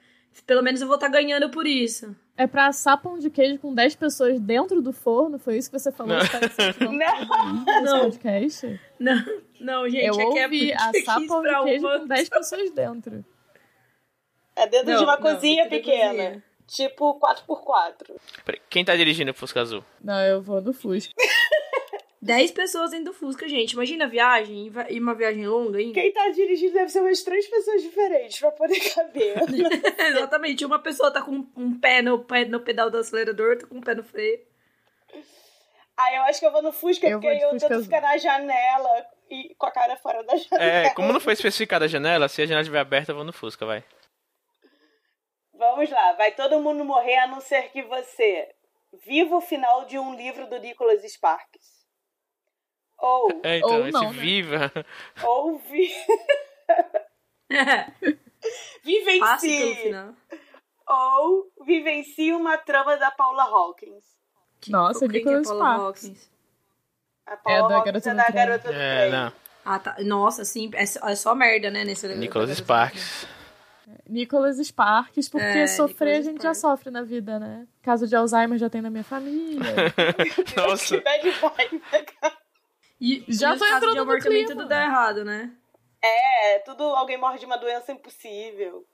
Speaker 3: Pelo menos eu vou estar ganhando por isso.
Speaker 2: É pra assar pão de queijo com 10 pessoas dentro do forno? Foi isso que você falou?
Speaker 4: Não.
Speaker 2: Você parece que não
Speaker 1: Né? Não.
Speaker 2: tá nesse
Speaker 3: Não.
Speaker 2: podcast?
Speaker 3: Não, não, gente,
Speaker 2: eu
Speaker 3: é que é
Speaker 2: ouvi
Speaker 3: pão de
Speaker 2: assar
Speaker 3: queijo
Speaker 2: pão
Speaker 3: pra
Speaker 2: de queijo
Speaker 3: uma-
Speaker 2: com 10 pessoas dentro.
Speaker 1: É dentro de uma
Speaker 3: Não, não,
Speaker 1: cozinha
Speaker 3: dentro da
Speaker 1: pequena.
Speaker 3: cozinha.
Speaker 1: Tipo 4x4.
Speaker 4: Peraí, Quem tá dirigindo o Fusca Azul?
Speaker 2: Não, eu vou no Fusca.
Speaker 3: 10 pessoas dentro do Fusca, gente. Imagina a viagem, e va- e uma viagem longa ainda.
Speaker 1: Quem tá dirigindo deve ser umas três pessoas diferentes pra poder caber.
Speaker 3: Exatamente. Uma pessoa tá com um pé no, pé no pedal do acelerador, outra com um pé no freio.
Speaker 1: Aí eu acho que eu vou no Fusca,
Speaker 2: Eu
Speaker 1: porque
Speaker 2: vou de
Speaker 1: eu
Speaker 2: Fusca
Speaker 1: tento
Speaker 2: azul.
Speaker 1: ficar na janela e com a cara fora da janela.
Speaker 4: É, como não foi especificada a janela, se a janela estiver aberta, eu vou no Fusca, vai.
Speaker 1: Vamos lá, vai todo mundo morrer a não ser que você viva o final de um livro do Nicholas Sparks. Ou,
Speaker 4: É, então,
Speaker 2: Ou
Speaker 4: esse
Speaker 2: não, né?
Speaker 4: viva.
Speaker 1: ou vi...
Speaker 3: Passe pelo
Speaker 1: vivencie.
Speaker 3: final.
Speaker 1: Ou vivencie uma trama da Paula Hawkins.
Speaker 2: Nossa,
Speaker 3: Quem que
Speaker 2: Nicholas
Speaker 3: Paula
Speaker 2: Sparks.
Speaker 3: Hawkins?
Speaker 1: A Paula
Speaker 2: da
Speaker 1: Hawkins
Speaker 2: Garota
Speaker 1: é
Speaker 2: do
Speaker 1: da
Speaker 2: Trem.
Speaker 1: garota do
Speaker 4: É,
Speaker 1: trem.
Speaker 4: não.
Speaker 3: Ah, tá. Nossa, sim. É só, é só merda, né? Nesse
Speaker 4: Nicholas Sparks.
Speaker 2: Nicholas Sparks, porque
Speaker 3: É,
Speaker 2: sofrer
Speaker 3: Nicholas
Speaker 2: a gente
Speaker 3: Sparks.
Speaker 2: já sofre na vida, né? Caso de Alzheimer já tem na minha família.
Speaker 1: Que
Speaker 4: Nossa.
Speaker 1: bad né? vibe.
Speaker 3: E,
Speaker 2: Já
Speaker 3: e
Speaker 2: tô
Speaker 3: os casos
Speaker 2: entrando
Speaker 3: de
Speaker 2: no
Speaker 3: abortamento
Speaker 2: clima.
Speaker 3: tudo dá errado, né?
Speaker 1: É, tudo alguém morre de uma doença é impossível.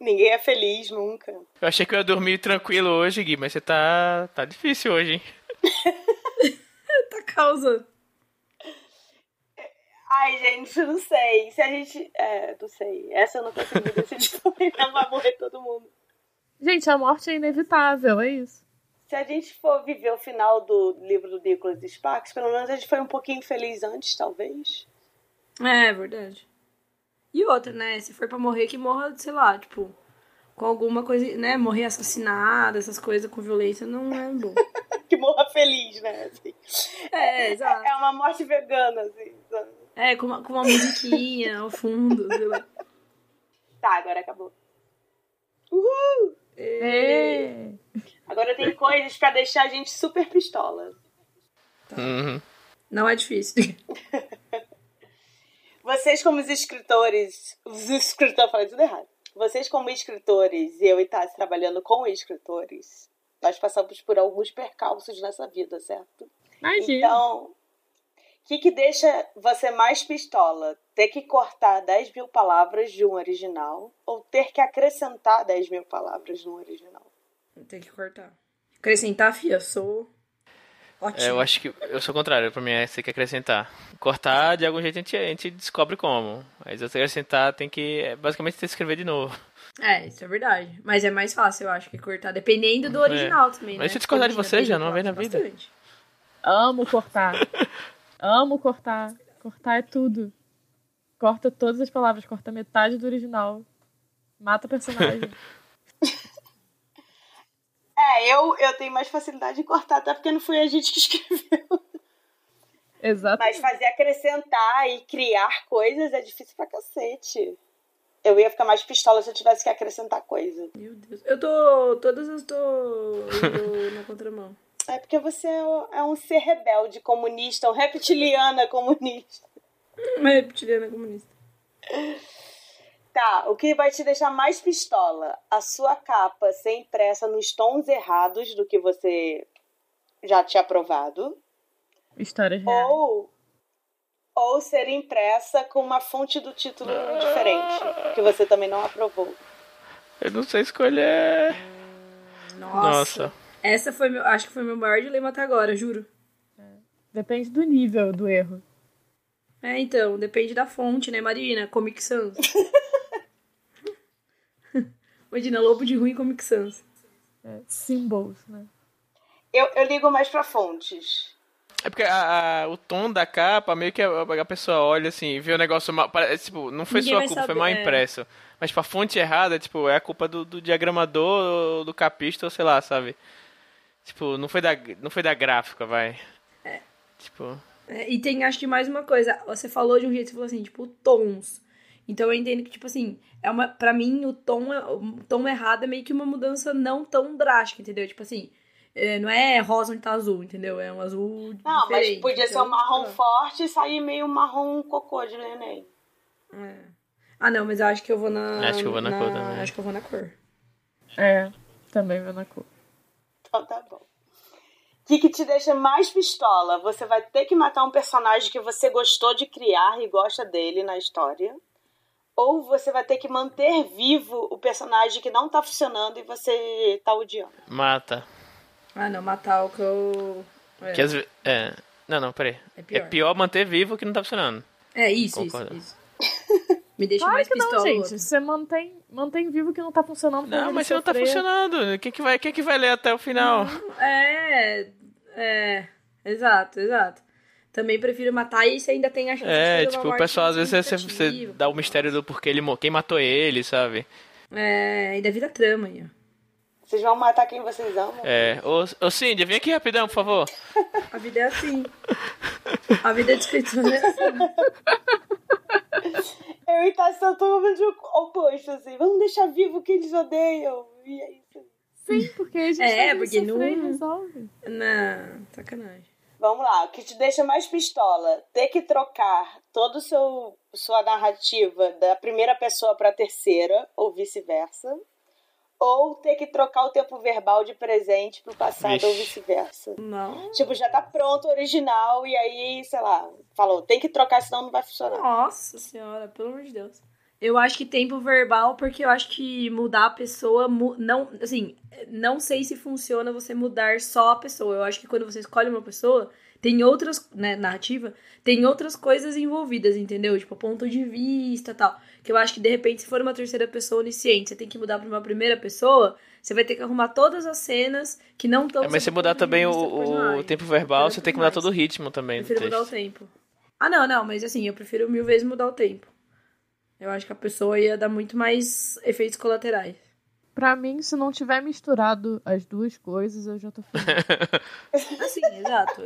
Speaker 1: Ninguém é feliz nunca.
Speaker 4: Eu achei que eu ia dormir tranquilo hoje, Gui, mas você tá. tá difícil hoje, hein?
Speaker 3: essa causa?
Speaker 1: Ai, gente, não sei. Se a gente. É, não sei. Essa eu não consigo decidir também, não vai morrer todo mundo.
Speaker 2: Gente, a morte é inevitável, é isso.
Speaker 1: Se a gente for viver o final do livro do Nicholas Sparks, pelo menos a gente foi um pouquinho feliz antes, talvez.
Speaker 3: É, verdade. E outra, né? Se for pra morrer, que morra, sei lá, tipo, com alguma coisa, né? Morrer assassinada, essas coisas com violência não é bom.
Speaker 1: Que morra feliz, né? assim.
Speaker 3: É, exato.
Speaker 1: É uma morte vegana, assim. sabe?
Speaker 3: É, com uma, com uma musiquinha ao fundo, sei lá.
Speaker 1: Tá, agora acabou. Uhul!
Speaker 2: É.
Speaker 1: Agora tem coisas pra deixar a gente super pistola.
Speaker 3: Tá.
Speaker 4: Uhum.
Speaker 3: Não é difícil.
Speaker 1: Vocês, como os escritores. Os escritores, falei tudo errado. Vocês, como escritores, e eu e Tassi trabalhando com escritores, nós passamos por alguns percalços nessa vida, certo?
Speaker 2: Imagina.
Speaker 1: Então, o que, que deixa você mais pistola? Ter que cortar 10 mil palavras de um original ou ter que acrescentar 10 mil palavras no original?
Speaker 3: Tem que cortar. Acrescentar, fia, sou.
Speaker 4: É,
Speaker 3: Ótimo.
Speaker 4: eu acho que. Eu sou o contrário, pra mim é você que acrescentar. Cortar, de algum jeito a gente, a gente descobre como. Mas se você acrescentar, tem que. é, basicamente tem que escrever de novo.
Speaker 3: É, isso é verdade. Mas é mais fácil, eu acho, que cortar. Dependendo do original também, né?
Speaker 4: É. Mas deixa eu discordar de
Speaker 3: Porque
Speaker 4: você,
Speaker 3: tem
Speaker 4: já, não
Speaker 3: gente
Speaker 4: vem na
Speaker 3: que
Speaker 4: vida.
Speaker 3: gosta bastante.
Speaker 2: Amo cortar. Amo cortar. Cortar é tudo. Corta todas as palavras, corta metade do original. Mata o personagem.
Speaker 1: É, eu, eu tenho mais facilidade em cortar, até porque não foi a gente que escreveu.
Speaker 2: Exato.
Speaker 1: Mas fazer acrescentar e criar coisas é difícil pra cacete. Eu ia ficar mais pistola se eu tivesse que acrescentar coisa.
Speaker 3: Meu Deus. Eu tô. Todas eu tô indo na contramão.
Speaker 1: É porque você é um- é um ser rebelde comunista, um reptiliana comunista.
Speaker 3: Uma reptiliana comunista.
Speaker 1: Tá, o que vai te deixar mais pistola? A sua capa ser impressa nos tons errados do que você já tinha aprovado.
Speaker 2: Histórias reais.
Speaker 1: Ou, ou ser impressa com uma fonte do título diferente, que você também não aprovou.
Speaker 4: Eu não sei escolher.
Speaker 3: Nossa.
Speaker 4: Nossa.
Speaker 3: Essa foi meu. Acho que foi meu maior dilema até agora, juro.
Speaker 2: Depende do nível do erro.
Speaker 3: É, então, depende da fonte, né, Marina? Comic Sans. Imagina, lobo de ruim Comic Sans.
Speaker 2: É, symbols, né?
Speaker 1: Eu, eu ligo mais pra fontes.
Speaker 4: É porque a- a- o tom da capa, meio que a, a pessoa olha assim, vê o negócio mal. Parece, tipo, não foi
Speaker 3: Ninguém
Speaker 4: sua
Speaker 3: vai
Speaker 4: culpa, foi
Speaker 3: saber,
Speaker 4: mal
Speaker 3: é.
Speaker 4: impresso. Mas pra fonte errada, tipo, é a culpa do, do diagramador, ou do capista, ou sei lá, sabe? Tipo, não foi da, não foi da gráfica, vai. É. Tipo.
Speaker 3: É, e tem, acho que mais uma coisa. Você falou de um jeito, você falou assim, tipo, tons. Então eu entendo que, tipo assim, é uma, pra mim, o tom, é- o tom errado é meio que uma mudança não tão drástica, entendeu? Tipo assim, é, não é rosa onde tá azul, entendeu? É um azul
Speaker 1: Não, mas
Speaker 3: diferente,
Speaker 1: podia ser
Speaker 3: então,
Speaker 1: um marrom
Speaker 3: tá.
Speaker 1: forte e sair meio marrom cocô de neném.
Speaker 3: É. Ah, não, mas eu acho que eu vou na...
Speaker 4: Acho que eu vou na cor também.
Speaker 3: Acho que eu vou na cor.
Speaker 2: É, também vou na cor.
Speaker 1: Então tá bom. O que, que te deixa mais pistola? Você vai ter que matar um personagem que você gostou de criar e gosta dele na história. Ou você vai ter que manter vivo o personagem que não tá funcionando e você tá odiando.
Speaker 4: Mata.
Speaker 3: Ah, não, matar o que eu... É,
Speaker 4: Que às vezes. É. Não, não, peraí.
Speaker 3: é
Speaker 4: É
Speaker 3: pior.
Speaker 4: pior manter vivo que não tá funcionando.
Speaker 3: É, isso, isso,
Speaker 4: Concordo.
Speaker 3: isso. Me deixa
Speaker 2: Claro
Speaker 3: mais
Speaker 2: que não,
Speaker 3: pistola.
Speaker 2: gente. Você mantém, mantém vivo o que não tá funcionando. faz
Speaker 4: Não,
Speaker 2: ele
Speaker 4: mas você não tá
Speaker 2: sofrer.
Speaker 4: funcionando. Quem que vai, quem que vai ler até o final?
Speaker 3: É, é, exato, exato. Também prefiro matar e você ainda tem a chance de
Speaker 4: É,
Speaker 3: fazer uma
Speaker 4: tipo, o
Speaker 3: morte
Speaker 4: pessoal às vezes você, você
Speaker 3: significativa.
Speaker 4: dá o mistério do porquê ele mo- quem matou ele, sabe?
Speaker 3: É, ainda vira trama aí, ó.
Speaker 1: Vocês vão matar quem vocês amam?
Speaker 4: É. Ô, ô Cindy, vem aqui rapidão, por favor.
Speaker 3: A vida é assim. A vida de escritor é assim.
Speaker 1: Eu e Tassi estamos totalmente oposto, assim. Vamos deixar vivo quem eles odeiam. E é isso.
Speaker 2: Sim, porque a gente
Speaker 3: É,
Speaker 2: faz ele
Speaker 3: porque
Speaker 2: sofrer e
Speaker 3: não-
Speaker 2: resolve.
Speaker 3: Não, sacanagem.
Speaker 1: Vamos lá, o que te deixa mais pistola? Ter que trocar toda sua narrativa da primeira pessoa para a terceira, ou vice-versa. Ou ter que trocar o tempo verbal de presente pro passado,
Speaker 4: Vixe.
Speaker 1: ou vice-versa.
Speaker 3: Não.
Speaker 1: Tipo, já tá pronto o original, e aí, sei lá, falou, tem que trocar, senão não vai funcionar.
Speaker 3: Nossa senhora, pelo amor de Deus. Eu acho que tempo verbal, porque eu acho que mudar a pessoa. mu- Não, assim, não sei se funciona você mudar só a pessoa. Eu acho que quando você escolhe uma pessoa, tem outras. Né, narrativa, tem outras coisas envolvidas, entendeu? Tipo, ponto de vista tal. Que eu acho que, de repente, se for uma terceira pessoa onisciente, você tem que mudar pra uma primeira pessoa, você vai ter que arrumar todas as cenas que não estão.
Speaker 4: É, mas se mudar também o, o tempo verbal, você tem que mudar todo o ritmo também
Speaker 3: Eu
Speaker 4: do
Speaker 3: prefiro mudar o
Speaker 4: texto.
Speaker 3: tempo. Ah, não, não, mas assim, eu prefiro mil vezes mudar o tempo. Eu acho que a pessoa ia dar muito mais efeitos colaterais.
Speaker 2: Pra mim, se não tiver misturado as duas coisas, eu já tô feliz.
Speaker 3: Assim, exato.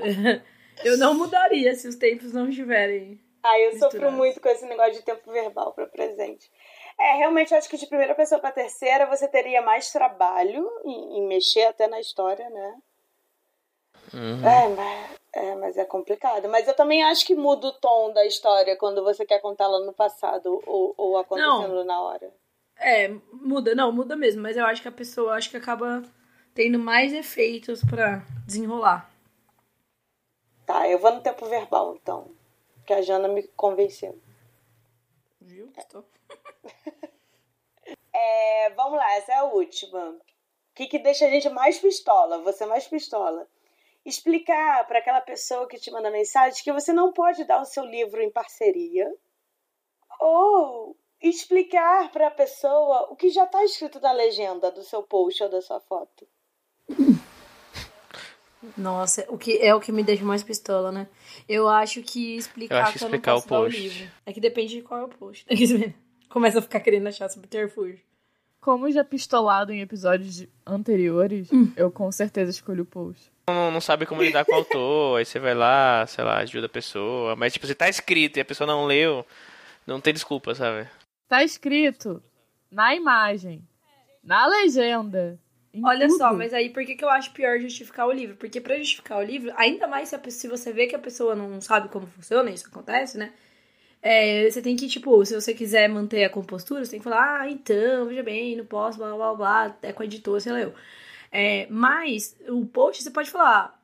Speaker 3: Eu não mudaria se os tempos não estiverem.
Speaker 1: Ah, eu sofro
Speaker 3: Misturar.
Speaker 1: muito com esse negócio de tempo verbal para presente. É, realmente eu acho que de primeira pessoa para terceira você teria mais trabalho em, em mexer até na história, né?
Speaker 4: Uhum.
Speaker 1: É mas, é, mas é complicado. Mas eu também acho que muda o tom da história quando você quer contá-la no passado ou, ou acontecendo na hora.
Speaker 3: É, muda, não, muda mesmo, mas eu acho que a pessoa acho que acaba tendo mais efeitos pra desenrolar.
Speaker 1: Tá, eu vou no tempo verbal então, que a Jana me convenceu.
Speaker 3: Viu?
Speaker 1: É, vamos lá, essa é a última. O que, que deixa a gente mais pistola? Você mais pistola. Explicar para aquela pessoa que te manda mensagem que você não pode dar o seu livro em parceria. Ou explicar para a pessoa o que já está escrito na legenda do seu post ou da sua foto.
Speaker 3: Nossa, o que é o que me deixa mais pistola, né? Eu acho que explicar
Speaker 4: Eu acho que
Speaker 3: eu não
Speaker 4: explicar o
Speaker 3: posso dar
Speaker 4: post.
Speaker 3: livro. É que depende de qual é o post. Começa a ficar querendo achar subterfúgio.
Speaker 2: Como já pistolado em episódios de- anteriores,
Speaker 3: Hum.
Speaker 2: eu com certeza escolho o post.
Speaker 4: Não, não sabe como lidar com o autor, aí você vai lá, sei lá, ajuda a pessoa. Mas, tipo, você tá escrito e a pessoa não leu, não tem desculpa, sabe?
Speaker 2: Tá escrito na imagem, na legenda. em
Speaker 3: Olha só,
Speaker 2: tudo.
Speaker 3: mas aí por que, que eu acho pior justificar o livro? Porque pra justificar o livro, ainda mais se, a pe- se você vê que a pessoa não sabe como funciona, isso acontece, né? É, você tem que, tipo, se você quiser manter a compostura, você tem que falar, ah, então, veja bem, não posso, blá, blá, blá, é com a editora, sei lá eu. É, mas o post, você pode falar,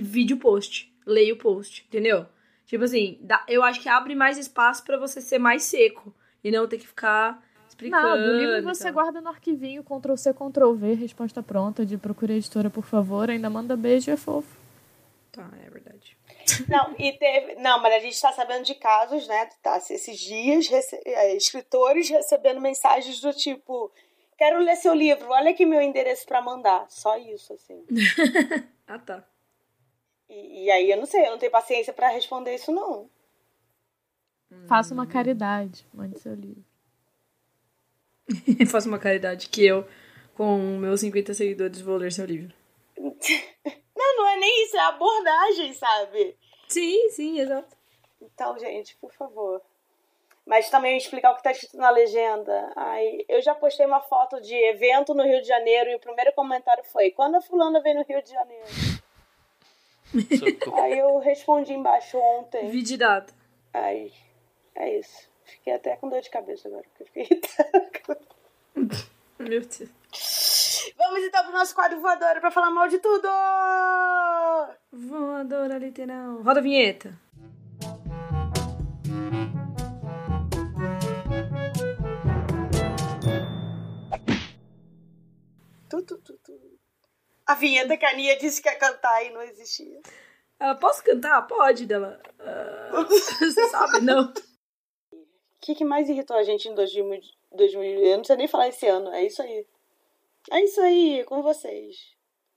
Speaker 3: vídeo post, leia o post, entendeu? Tipo assim, dá- eu acho que abre mais espaço pra você ser mais seco e não ter que ficar explicando.
Speaker 2: Não, do livro você
Speaker 3: então.
Speaker 2: guarda no arquivinho, Ctrl C, Ctrl V, resposta pronta de procure a editora, por favor, ainda manda beijo, é fofo.
Speaker 3: Tá, é verdade.
Speaker 1: Não, e teve. Não, mas a gente está sabendo de casos, né, Tassi? Esses dias, rece- eh, escritores recebendo mensagens do tipo: quero ler seu livro, olha aqui meu endereço para mandar. Só isso, assim.
Speaker 3: Ah, tá.
Speaker 1: E, e aí eu não sei, eu não tenho paciência pra responder isso, não.
Speaker 2: Faça uma caridade, mande seu livro.
Speaker 3: Eu faço uma caridade que eu, com meus 50 seguidores, vou ler seu livro.
Speaker 1: Não, não é nem isso, é a abordagem, sabe?
Speaker 3: Sim, sim, exato.
Speaker 1: Então, gente, por favor. Mas também explicar o que tá escrito na legenda. Ai, eu já postei uma foto de evento no Rio de Janeiro e o primeiro comentário foi: Quando a fulana vem no Rio de Janeiro?
Speaker 4: Socorro.
Speaker 1: Aí eu respondi embaixo ontem.
Speaker 3: Vi de data.
Speaker 1: Ai, é isso. Fiquei até com dor de cabeça agora, porque eu fiquei irritada.
Speaker 3: Meu Deus.
Speaker 1: Vamos então pro nosso quadro voador pra falar mal de tudo!
Speaker 3: Vou adorar literal. Roda a vinheta.
Speaker 1: Tu, tu, tu, tu. A vinheta que a Nia disse que ia cantar e não existia.
Speaker 3: Ah, posso cantar? Pode, dela. Ah, você sabe, não.
Speaker 1: O que, que mais irritou a gente em 2000, 2000? Eu não sei nem falar esse ano. É isso aí. É isso aí, com vocês.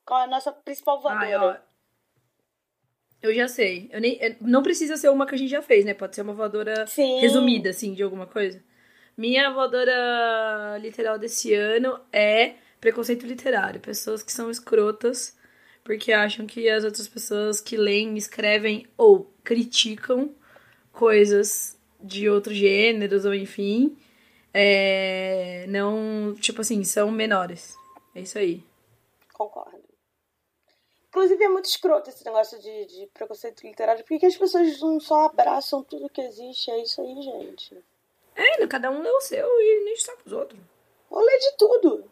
Speaker 1: Qual é a nossa principal
Speaker 3: Ai,
Speaker 1: voadora?
Speaker 3: ó. Eu já sei. Eu nem, eu- não precisa ser uma que a gente já fez, né? Pode ser uma voadora
Speaker 1: Sim.
Speaker 3: resumida, assim, de alguma coisa. Minha voadora literal desse ano é preconceito literário. Pessoas que são escrotas porque acham que as outras pessoas que leem, escrevem ou criticam coisas de outros gêneros ou enfim, é, não, tipo assim, são menores. É isso aí.
Speaker 1: Concordo. Inclusive é muito escroto esse negócio de, de preconceito literário. Por que, que as pessoas não só abraçam tudo que existe? É isso aí, gente.
Speaker 3: É, cada um lê o seu e nem está com os outros.
Speaker 1: Vou ler de tudo.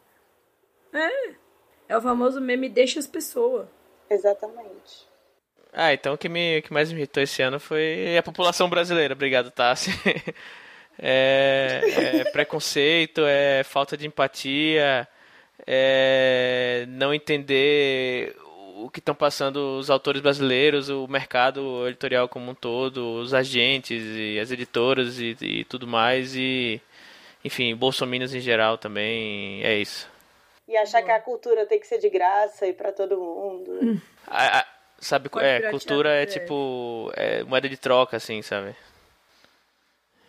Speaker 3: É o famoso meme deixa as pessoas.
Speaker 1: Exatamente.
Speaker 4: Ah, então o que, me, o que mais me irritou esse ano foi a população brasileira. Obrigado, Tassi. é, é preconceito, é falta de empatia, é não entender o que estão passando os autores brasileiros, o mercado editorial como um todo, os agentes e as editoras e, e tudo mais e enfim, bolsominions em geral também, é isso.
Speaker 1: E achar que a cultura tem que ser de graça e para todo mundo.
Speaker 4: A- a- sabe,
Speaker 3: Pode
Speaker 4: é,
Speaker 3: piratear,
Speaker 4: cultura é
Speaker 3: é.
Speaker 4: tipo é moeda de troca, assim, sabe?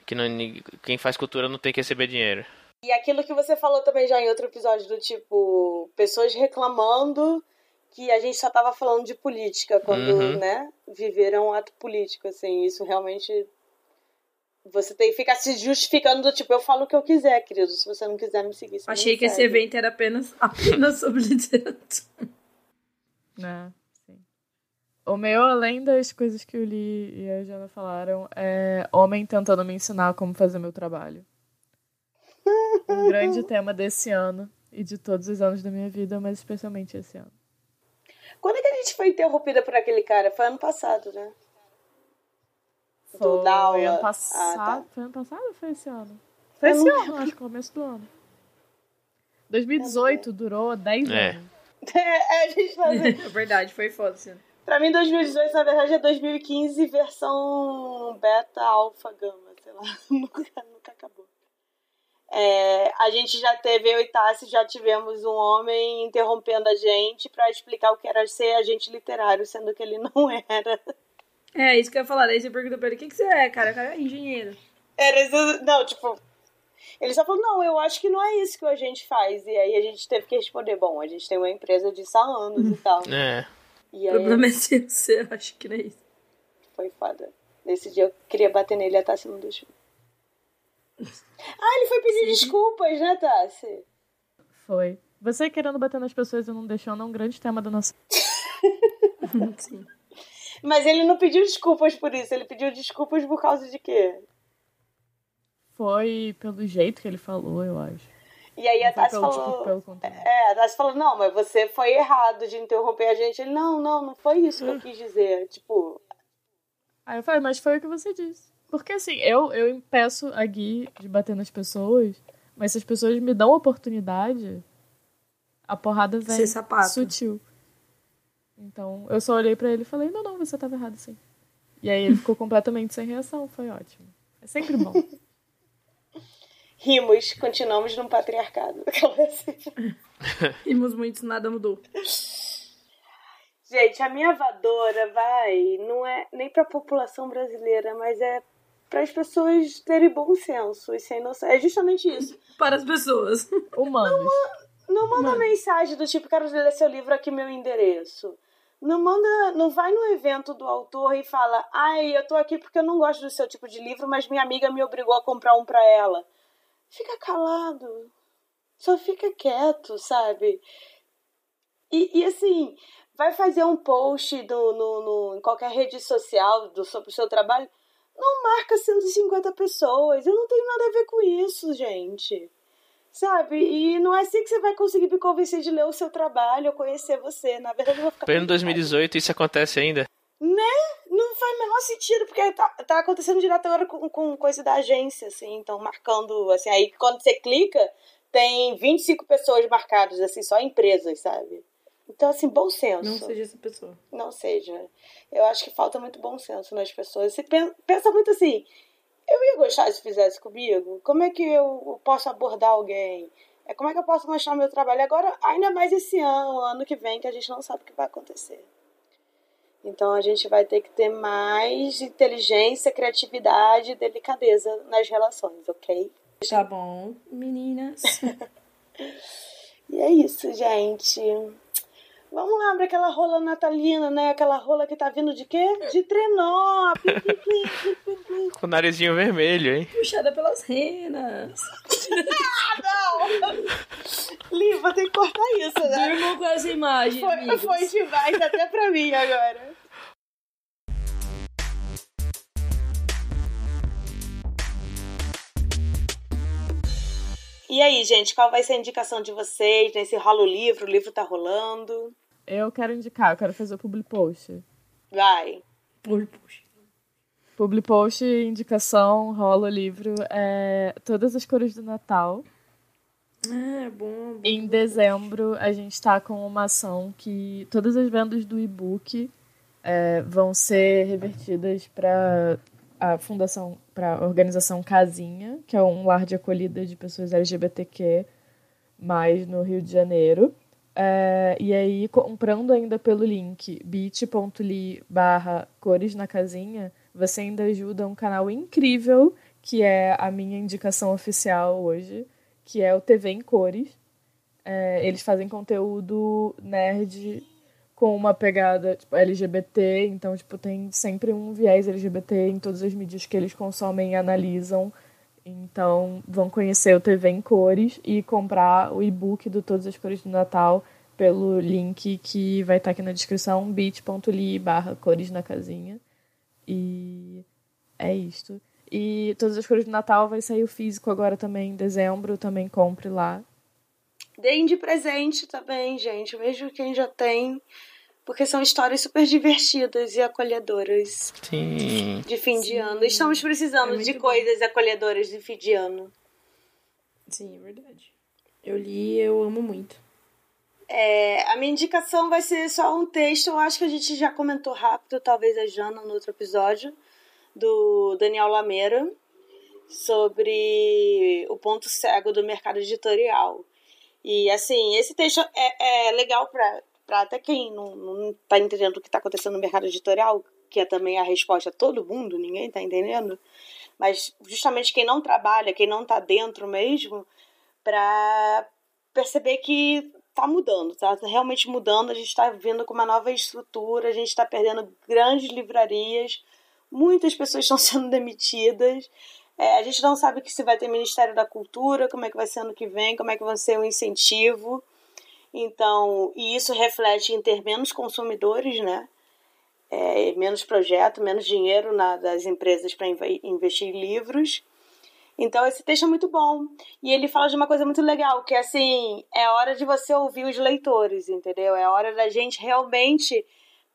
Speaker 4: Que não, ni- quem faz cultura não tem que receber dinheiro.
Speaker 1: E aquilo que você falou também já em outro episódio, do tipo, pessoas reclamando que a gente só tava falando de política quando,
Speaker 4: Uhum.
Speaker 1: né, viveram um ato político, assim, isso realmente. Você tem que ficar se justificando do tipo, eu falo o que eu quiser, querido. Se você não quiser me seguir, você
Speaker 3: Achei
Speaker 1: não
Speaker 3: que esse
Speaker 1: segue.
Speaker 3: evento era apenas, apenas sobre literatura.
Speaker 2: Né, sim. O meu, além das coisas que eu li e a Jana falaram, é homem tentando me ensinar como fazer meu trabalho. Um grande tema desse ano e de todos os anos da minha vida, mas especialmente esse ano.
Speaker 1: Quando é que a gente foi interrompida por aquele cara? Foi ano passado, né? Do
Speaker 2: Foi
Speaker 1: da aula.
Speaker 2: ano
Speaker 1: Ah,
Speaker 2: passado. Foi ano passado ou foi esse ano?
Speaker 1: Foi
Speaker 2: Eu
Speaker 1: esse
Speaker 2: não lembro, Acho que começo do ano.
Speaker 1: Tá
Speaker 2: 2018 durou 10
Speaker 4: É.
Speaker 2: anos.
Speaker 1: É, a gente fazia.
Speaker 3: É verdade, foi foda. assim.
Speaker 1: Pra mim, 2018, na verdade, é 2015 versão beta, alfa, gama, sei lá. nunca, nunca acabou. É, a gente já teve, eu e Tassi, já tivemos um homem interrompendo a gente pra explicar o que era ser agente literário, sendo que ele não era.
Speaker 3: É, isso que eu ia falar. Daí você pergunta pra ele, o que, que você é, cara? O cara é engenheiro.
Speaker 1: Era isso, não, tipo... Ele só falou, não, eu acho que não é isso que a gente faz. E aí a gente teve que responder, bom, a gente tem uma empresa disso há anos e tal.
Speaker 4: É.
Speaker 1: E
Speaker 3: O
Speaker 1: aí
Speaker 3: problema é seu, você acha que não é isso.
Speaker 1: Foi foda. Nesse dia eu queria bater nele e a Tassi não deixou. Ah, ele foi pedir desculpas, né, Tassi?
Speaker 2: Foi. Você querendo bater nas pessoas e não deixando é um grande tema da nossa.
Speaker 3: Sim.
Speaker 1: Mas ele não pediu desculpas por isso, ele pediu desculpas por causa de quê?
Speaker 2: Foi pelo jeito que ele falou, eu acho.
Speaker 1: E aí a
Speaker 2: Não foi
Speaker 1: Tassi
Speaker 2: pelo, tipo,
Speaker 1: falou.
Speaker 2: pelo conteúdo.
Speaker 1: É, a Tassi falou, não, mas você foi errado de interromper a gente. Ele, não, não, não foi isso que eu quis dizer. Tipo,
Speaker 2: Aí eu falei, mas foi o que você disse. Porque assim, eu, eu impeço a Gui de bater nas pessoas, mas se as pessoas me dão oportunidade, a porrada
Speaker 3: Ser
Speaker 2: vem
Speaker 3: sapato.
Speaker 2: sutil. Então eu só olhei pra ele e falei, não, não, você tava errado sim. E aí ele ficou completamente sem reação, foi ótimo. É sempre bom.
Speaker 1: rimos, continuamos num patriarcado. assim.
Speaker 3: Rimos muito, nada mudou.
Speaker 1: Gente, a minha vadora vai, não é nem pra população brasileira, mas é para as pessoas terem bom senso e sem noção. É justamente isso.
Speaker 3: Para as pessoas.
Speaker 2: Humanos.
Speaker 1: Não manda mensagem do tipo, quero ler seu livro aqui, meu endereço. Não manda, não vai no evento do autor e fala, ai, eu tô aqui porque eu não gosto do seu tipo de livro, mas minha amiga me obrigou a comprar um pra ela. Fica calado. Só fica quieto, sabe? E, e assim, vai fazer um post do, no, no- em qualquer rede social do, sobre o seu trabalho. Não marca 150 pessoas. Eu não tenho nada a ver com isso, gente. Sabe? E não é assim que você vai conseguir me convencer de ler o seu trabalho ou conhecer você. Na verdade, eu vou ficar.
Speaker 4: Pleno
Speaker 1: preocupada.
Speaker 4: 2018 isso acontece ainda.
Speaker 1: Não faz o menor sentido, porque tá, tá acontecendo direto agora com, com coisa da agência, assim, então marcando, assim, aí quando você clica, tem 25 pessoas marcadas, assim, só empresas, sabe? Então, assim, bom senso.
Speaker 3: Não seja essa pessoa.
Speaker 1: Não seja. Eu acho que falta muito bom senso nas pessoas. Você pen- pensa muito assim, eu ia gostar se fizesse comigo? Como é que eu posso abordar alguém? É, Como é que eu posso mostrar meu trabalho agora, ainda mais esse ano, ano que vem, que a gente não sabe o que vai acontecer. Então a gente vai ter que ter mais inteligência, criatividade e delicadeza nas relações, ok?
Speaker 3: Tá bom, meninas.
Speaker 1: E é isso, gente. Vamos lá pra aquela rola natalina, né? Aquela rola que tá vindo de quê? De trenó. Plim, plim, plim, plim, plim, plim.
Speaker 4: Com o narizinho vermelho, hein?
Speaker 3: Puxada pelas renas.
Speaker 1: Li, vou ter que cortar isso, né?
Speaker 3: Durmam com essa imagem,
Speaker 1: Foi,
Speaker 3: amigos.
Speaker 1: foi demais até pra mim agora. E aí, gente, qual vai ser a indicação de vocês nesse rola o livro? O livro tá rolando.
Speaker 2: Eu quero indicar, eu quero fazer o public post.
Speaker 1: Vai.
Speaker 3: Por, puxa.
Speaker 2: Publi post, indicação, rola livro. É, todas as cores do Natal.
Speaker 3: Ah, é bom. bom.
Speaker 2: Em dezembro, a gente está com uma ação que todas as vendas do e-book é, vão ser revertidas para a fundação, para a organização Casinha, que é um lar de acolhida de pessoas LGBTQ, mais no Rio de Janeiro. É, e aí, comprando ainda pelo link bit.ly barra cores na casinha, você ainda ajuda um canal incrível, que é a minha indicação oficial hoje, que é o TV em Cores. É, eles fazem conteúdo nerd com uma pegada tipo, LGBT, então tipo, tem sempre um viés LGBT em todas as mídias que eles consomem e analisam. Então vão conhecer o TV em Cores e comprar o e-book do Todas as Cores do Natal pelo link que vai estar aqui na descrição, bit.ly barra cores na casinha. E é isto. E Todas as Cores do Natal vai sair o físico agora também em dezembro, também compre lá.
Speaker 1: Deem de presente também, gente, mesmo quem já tem, porque são histórias super divertidas e acolhedoras
Speaker 4: Sim.
Speaker 1: de fim de ano. Estamos
Speaker 3: É
Speaker 1: precisando
Speaker 3: muito
Speaker 1: de
Speaker 3: bom.
Speaker 1: coisas acolhedoras de fim de ano.
Speaker 3: Sim, é verdade. Eu li e eu amo muito.
Speaker 1: É, a minha indicação vai ser só um texto, eu acho que a gente já comentou rápido, talvez a Jana no outro episódio, do Daniel Lameira, sobre o ponto cego do mercado editorial. E assim, esse texto é, é legal para até quem não, não tá entendendo o que está acontecendo no mercado editorial, que é também a resposta a todo mundo, ninguém está entendendo. Mas justamente quem não trabalha, quem não está dentro mesmo, para perceber que tá mudando, tá realmente mudando. A gente tá vindo com uma nova estrutura, a gente tá perdendo grandes livrarias, muitas pessoas estão sendo demitidas. É, a gente não sabe que se vai ter Ministério da Cultura, como é que vai ser ano que vem, como é que vai ser o incentivo. Então, e isso reflete em ter menos consumidores, né? É, menos projeto, menos dinheiro na- das empresas para investir em livros. Então, esse texto é muito bom. E ele fala de uma coisa muito legal, que assim, é hora de você ouvir os leitores, entendeu? É hora da gente realmente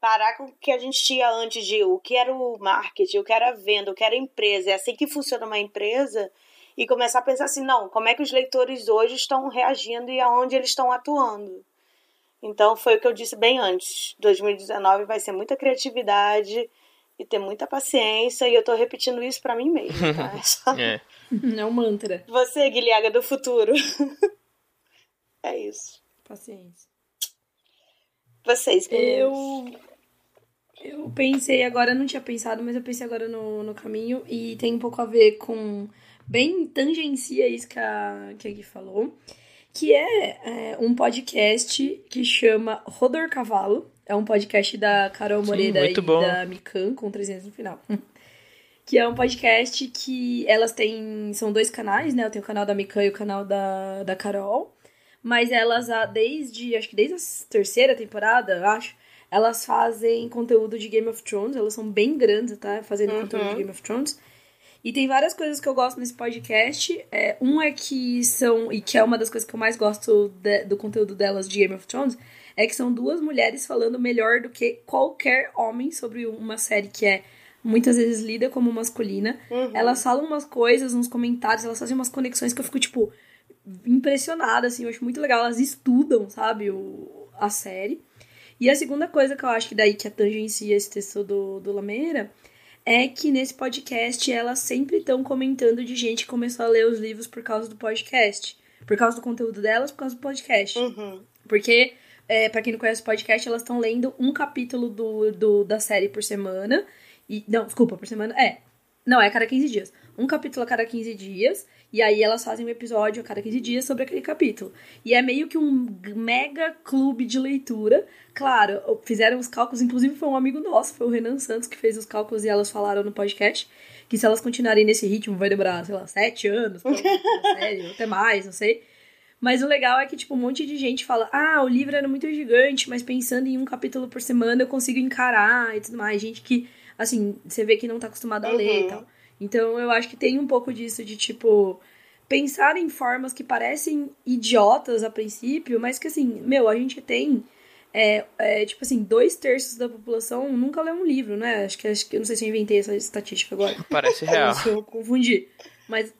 Speaker 1: parar com o que a gente tinha antes de o que era o marketing, o que era a venda, o que era a empresa. É assim que funciona uma empresa e começar a pensar assim, não, como é que os leitores hoje estão reagindo e aonde eles estão atuando. Então, foi o que eu disse bem antes. 2019 vai ser muita criatividade e ter muita paciência, e eu tô repetindo isso pra mim mesma, tá? É só
Speaker 4: É.
Speaker 3: É um mantra.
Speaker 1: você, Guilherme, do futuro. é isso.
Speaker 3: Paciência.
Speaker 1: Vocês, meninas.
Speaker 3: Eu. Eu pensei agora, eu não tinha pensado, mas eu pensei agora no, no caminho e tem um pouco a ver com. Bem tangencia isso que a, que a Gui falou. Que é, é, um podcast que chama Rodor Cavalo. É um podcast da Carol
Speaker 4: Sim,
Speaker 3: Moreira
Speaker 4: muito
Speaker 3: e
Speaker 4: bom.
Speaker 3: da Mikan, com 300 no final. que é um podcast que elas têm. São dois canais, né? Eu tenho o canal da Mikan e o canal da, da Carol. Mas elas, ah, desde. Acho que desde a terceira temporada, eu acho. Elas fazem conteúdo de Game of Thrones. Elas são bem grandes, tá? Fazendo
Speaker 1: Uhum.
Speaker 3: conteúdo de Game of Thrones. E tem várias coisas que eu gosto nesse podcast. É, um é que são. E que é uma das coisas que eu mais gosto de- do conteúdo delas de Game of Thrones. É que são duas mulheres falando melhor do que qualquer homem sobre uma série que é muitas vezes lida como masculina.
Speaker 1: Uhum.
Speaker 3: Elas falam umas coisas, uns comentários, elas fazem umas conexões que eu fico, tipo, impressionada, assim, eu acho muito legal. Elas estudam, sabe, o, a série. E a segunda coisa que eu acho que daí que a tangencia esse texto do, do Lameira é que nesse podcast elas sempre estão comentando de gente que começou a ler os livros por causa do podcast. Por causa do conteúdo delas, por causa do podcast.
Speaker 1: Uhum.
Speaker 3: Porque, é, para quem não conhece o podcast, elas estão lendo um capítulo do, do- da série por semana. E, não, desculpa, por semana. É. Não, é a cada 15 dias. Um capítulo a cada 15 dias. E aí elas fazem um episódio a cada 15 dias sobre aquele capítulo. E é meio que um g- mega clube de leitura. Claro, o- fizeram os cálculos, inclusive foi um amigo nosso, foi o Renan Santos que fez os cálculos e elas falaram no podcast que se elas continuarem nesse ritmo vai demorar, sei lá, sete anos, pra uma série, ou até mais, não sei. Mas o legal é que, tipo, um monte de gente fala: ah, o livro era muito gigante, mas pensando em um capítulo por semana eu consigo encarar e tudo mais. Gente que, assim, você vê que não tá acostumado a ler
Speaker 1: Uhum.
Speaker 3: e tal. Então eu acho que tem um pouco disso de, tipo, pensar em formas que parecem idiotas a princípio, mas que, assim, meu, a gente tem é, é, tipo assim, dois terços da população nunca lê um livro, né? Acho que, acho que eu não sei se eu inventei essa estatística agora.
Speaker 4: Parece real.
Speaker 3: Se eu confundi. Mas.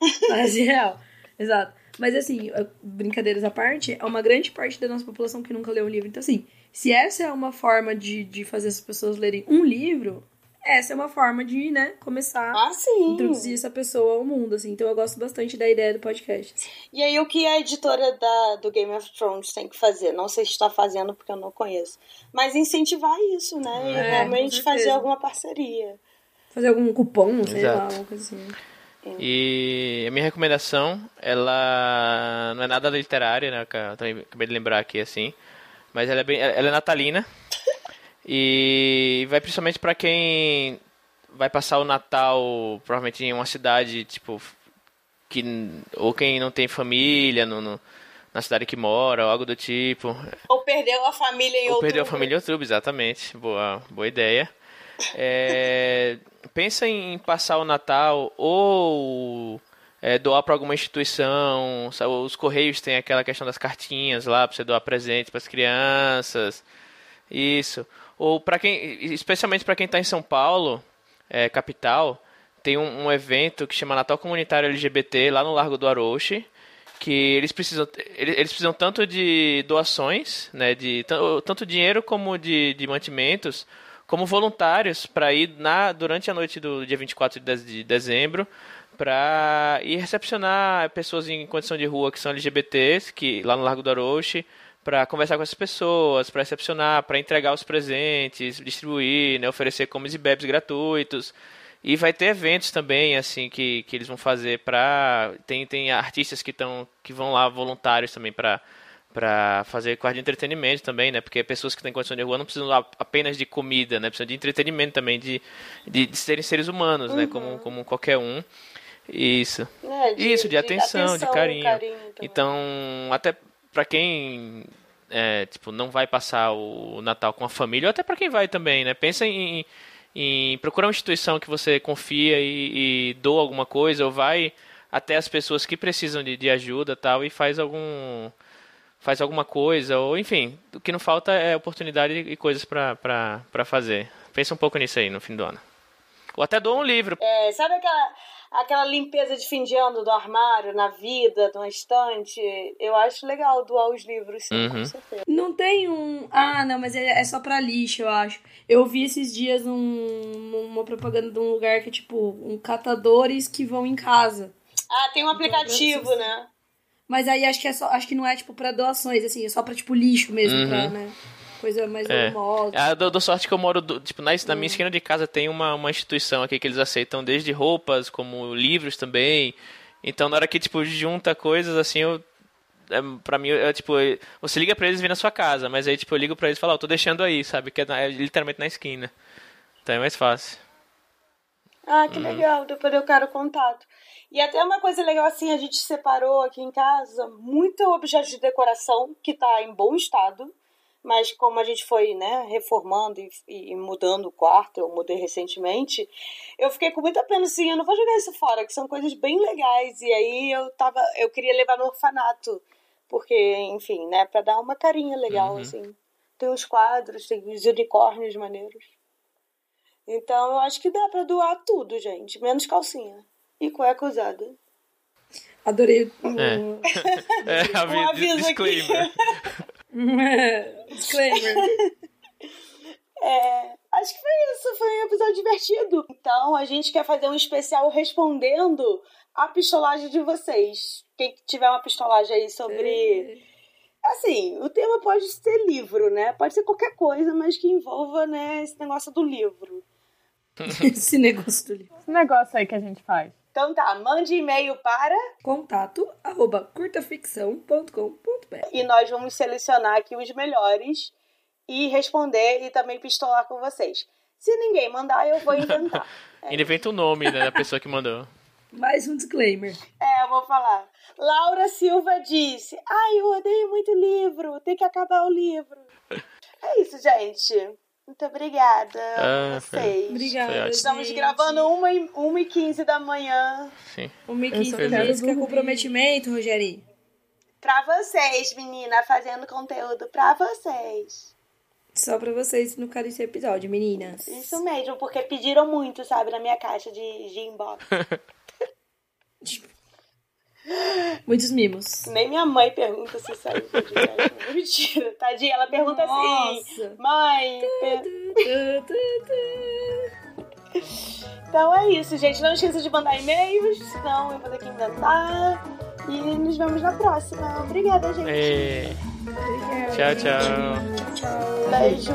Speaker 3: Parece real. Exato. Mas assim, brincadeiras à parte, é uma grande parte da nossa população que nunca lê um livro. Então, assim, se essa é uma forma de, de fazer as pessoas lerem um livro, essa é uma forma de, né, começar
Speaker 1: Ah,
Speaker 3: a
Speaker 1: sim.
Speaker 3: introduzir essa pessoa ao mundo, assim. Então eu gosto bastante da ideia do podcast.
Speaker 1: E aí, o que a editora da, do Game of Thrones tem que fazer? Não sei se está fazendo, porque eu não conheço. Mas incentivar isso, né? E
Speaker 4: É,
Speaker 1: realmente
Speaker 3: com
Speaker 1: fazer
Speaker 3: certeza.
Speaker 1: alguma parceria.
Speaker 3: Fazer algum cupom, sei lá,
Speaker 4: Exato.
Speaker 3: alguma coisa assim.
Speaker 4: E a minha recomendação, ela não é nada literária, né? que Eu também acabei de lembrar aqui, assim. Mas ela é, bem, ela é natalina. e vai principalmente pra quem vai passar o Natal, provavelmente em uma cidade, tipo... Que, ou quem não tem família no, no- na cidade que mora, ou algo do tipo.
Speaker 1: Ou perdeu a família em
Speaker 4: Ou
Speaker 1: outubro.
Speaker 4: perdeu a família em outubro, exatamente. Boa, boa ideia. É, pensa em passar o Natal ou é, doar para alguma instituição. sabe? Os Correios têm aquela questão das cartinhas lá para você doar presente para as crianças. Isso. Ou para quem, especialmente para quem está em São Paulo, é, capital, tem um, um evento que chama Natal Comunitário LGBT lá no Largo do Aroche, que eles precisam, eles, eles precisam tanto de doações, né, de tan- tanto dinheiro como de, de mantimentos, como voluntários para ir na durante a noite do dia 24 de, dez- de dezembro para ir recepcionar pessoas em condição de rua que são LGBTs, que lá no Largo do Aroche, para conversar com essas pessoas, para recepcionar, para entregar os presentes, distribuir, né, oferecer comes e bebes gratuitos. E vai ter eventos também, assim, que, que eles vão fazer pra. Tem, tem artistas que, tão, que vão lá voluntários também pra, pra fazer quase de entretenimento também, né? Porque pessoas que têm condição de rua não precisam a- apenas de comida, né? Precisam de entretenimento também, de, de, de serem seres humanos, né? Como, como qualquer um. Isso.
Speaker 1: É, de-
Speaker 4: Isso, de atenção, de carinho.
Speaker 1: também.
Speaker 4: Então, até pra quem é, tipo, não vai passar o Natal com a família, ou até pra quem vai também, né? Pensa em, em procurar uma instituição que você confia e, e doa alguma coisa, ou vai até as pessoas que precisam de, de ajuda tal, e faz algum. faz alguma coisa, ou enfim, o que não falta é oportunidade e coisas pra- pra pra fazer. Pensa um pouco nisso aí no fim do ano. Ou até doa um livro.
Speaker 1: É, sabe aquela, aquela limpeza de fim de ano do armário, na vida, de uma estante? Eu acho legal doar os livros, sim, com
Speaker 4: Uhum.
Speaker 1: certeza.
Speaker 3: Não tem um. Ah, não, mas é, é só pra lixo, eu acho. Eu vi esses dias um, uma propaganda de um lugar que é tipo um catadores que vão em casa.
Speaker 1: Ah, tem um aplicativo,
Speaker 3: essas-
Speaker 1: né?
Speaker 3: Mas aí acho que é só, acho que não é tipo pra doações, assim, é só pra tipo lixo mesmo,
Speaker 4: Uhum.
Speaker 3: pra, né? Coisa mais
Speaker 4: É.
Speaker 3: normal.
Speaker 4: Ah, eu dou, dou sorte que eu moro, do- tipo, na,
Speaker 1: Hum.
Speaker 4: na minha esquina de casa tem uma, uma instituição aqui que eles aceitam desde roupas, como livros também. Então, na hora que, tipo, junta coisas, assim, eu... É, pra mim, é, tipo, você liga pra eles e vem na sua casa, mas aí, tipo, eu ligo pra eles e falo, ó, tô deixando aí, sabe? Que é, na- é literalmente na esquina. Então é mais fácil.
Speaker 1: Ah, que legal, depois eu quero contato. E até uma coisa legal assim, a gente separou aqui em casa muito objeto de decoração que tá em bom estado, mas como a gente foi, né, reformando e, e mudando o quarto, eu mudei recentemente, eu fiquei com muita pena assim, eu não vou jogar isso fora, que são coisas bem legais. E aí eu tava, eu queria levar no orfanato, porque, enfim, né, pra dar uma carinha legal,
Speaker 4: Uhum.
Speaker 1: assim. Tem uns quadros, tem uns unicórnios maneiros. Então eu acho que dá pra doar tudo, gente. Menos calcinha. E é cueca usada.
Speaker 3: Adorei o.
Speaker 4: É. É, avi-
Speaker 1: Hum. Um aviso aqui.
Speaker 4: disclaimer.
Speaker 3: Disclaimer.
Speaker 1: É, acho que foi isso. Foi um episódio divertido. Então a gente quer fazer um especial respondendo a pistolagem de vocês. Quem tiver uma pistolagem aí
Speaker 3: É.
Speaker 1: sobre. Assim, o tema pode ser livro, né? Pode ser qualquer coisa, mas que envolva, né, esse negócio do livro.
Speaker 3: Esse negócio do livro.
Speaker 2: Esse negócio aí que a gente faz.
Speaker 1: Então tá, mande e-mail para
Speaker 3: Contato arroba curtaficção.com.br
Speaker 1: e nós vamos selecionar aqui os melhores e responder e também pistolar com vocês. Se ninguém mandar, eu vou inventar.
Speaker 4: Ele inventa o nome, né, da pessoa que mandou.
Speaker 3: Mais um disclaimer.
Speaker 1: É, eu vou falar. Laura Silva disse: Ai, eu odeio muito livro, tem que acabar o livro. É isso, gente. Muito obrigada a
Speaker 4: Ah,
Speaker 1: vocês.
Speaker 4: Foi
Speaker 3: Obrigada.
Speaker 4: ótimo.
Speaker 1: Estamos gravando 1h15 da manhã.
Speaker 4: Sim.
Speaker 3: O Mickey
Speaker 2: Eu só
Speaker 3: que
Speaker 4: quero
Speaker 3: é
Speaker 2: dormir.
Speaker 3: comprometimento, Rogerinho.
Speaker 1: Pra vocês, menina, fazendo conteúdo pra vocês.
Speaker 3: Só pra vocês no cara desse episódio, meninas.
Speaker 1: Isso mesmo, porque pediram muito, sabe, na minha caixa de, de inbox.
Speaker 3: Muitos mimos.
Speaker 1: Nem minha mãe pergunta se saiu podcast. Mentira, tadinha, ela pergunta assim.
Speaker 3: Nossa.
Speaker 1: Mãe, per- então é isso, gente. Não esqueça de mandar e-mails, senão eu vou ter que inventar. E nos vemos na próxima. Obrigada, gente.
Speaker 4: É. Ei, tchau, tchau.
Speaker 3: Tchau.
Speaker 1: Beijo.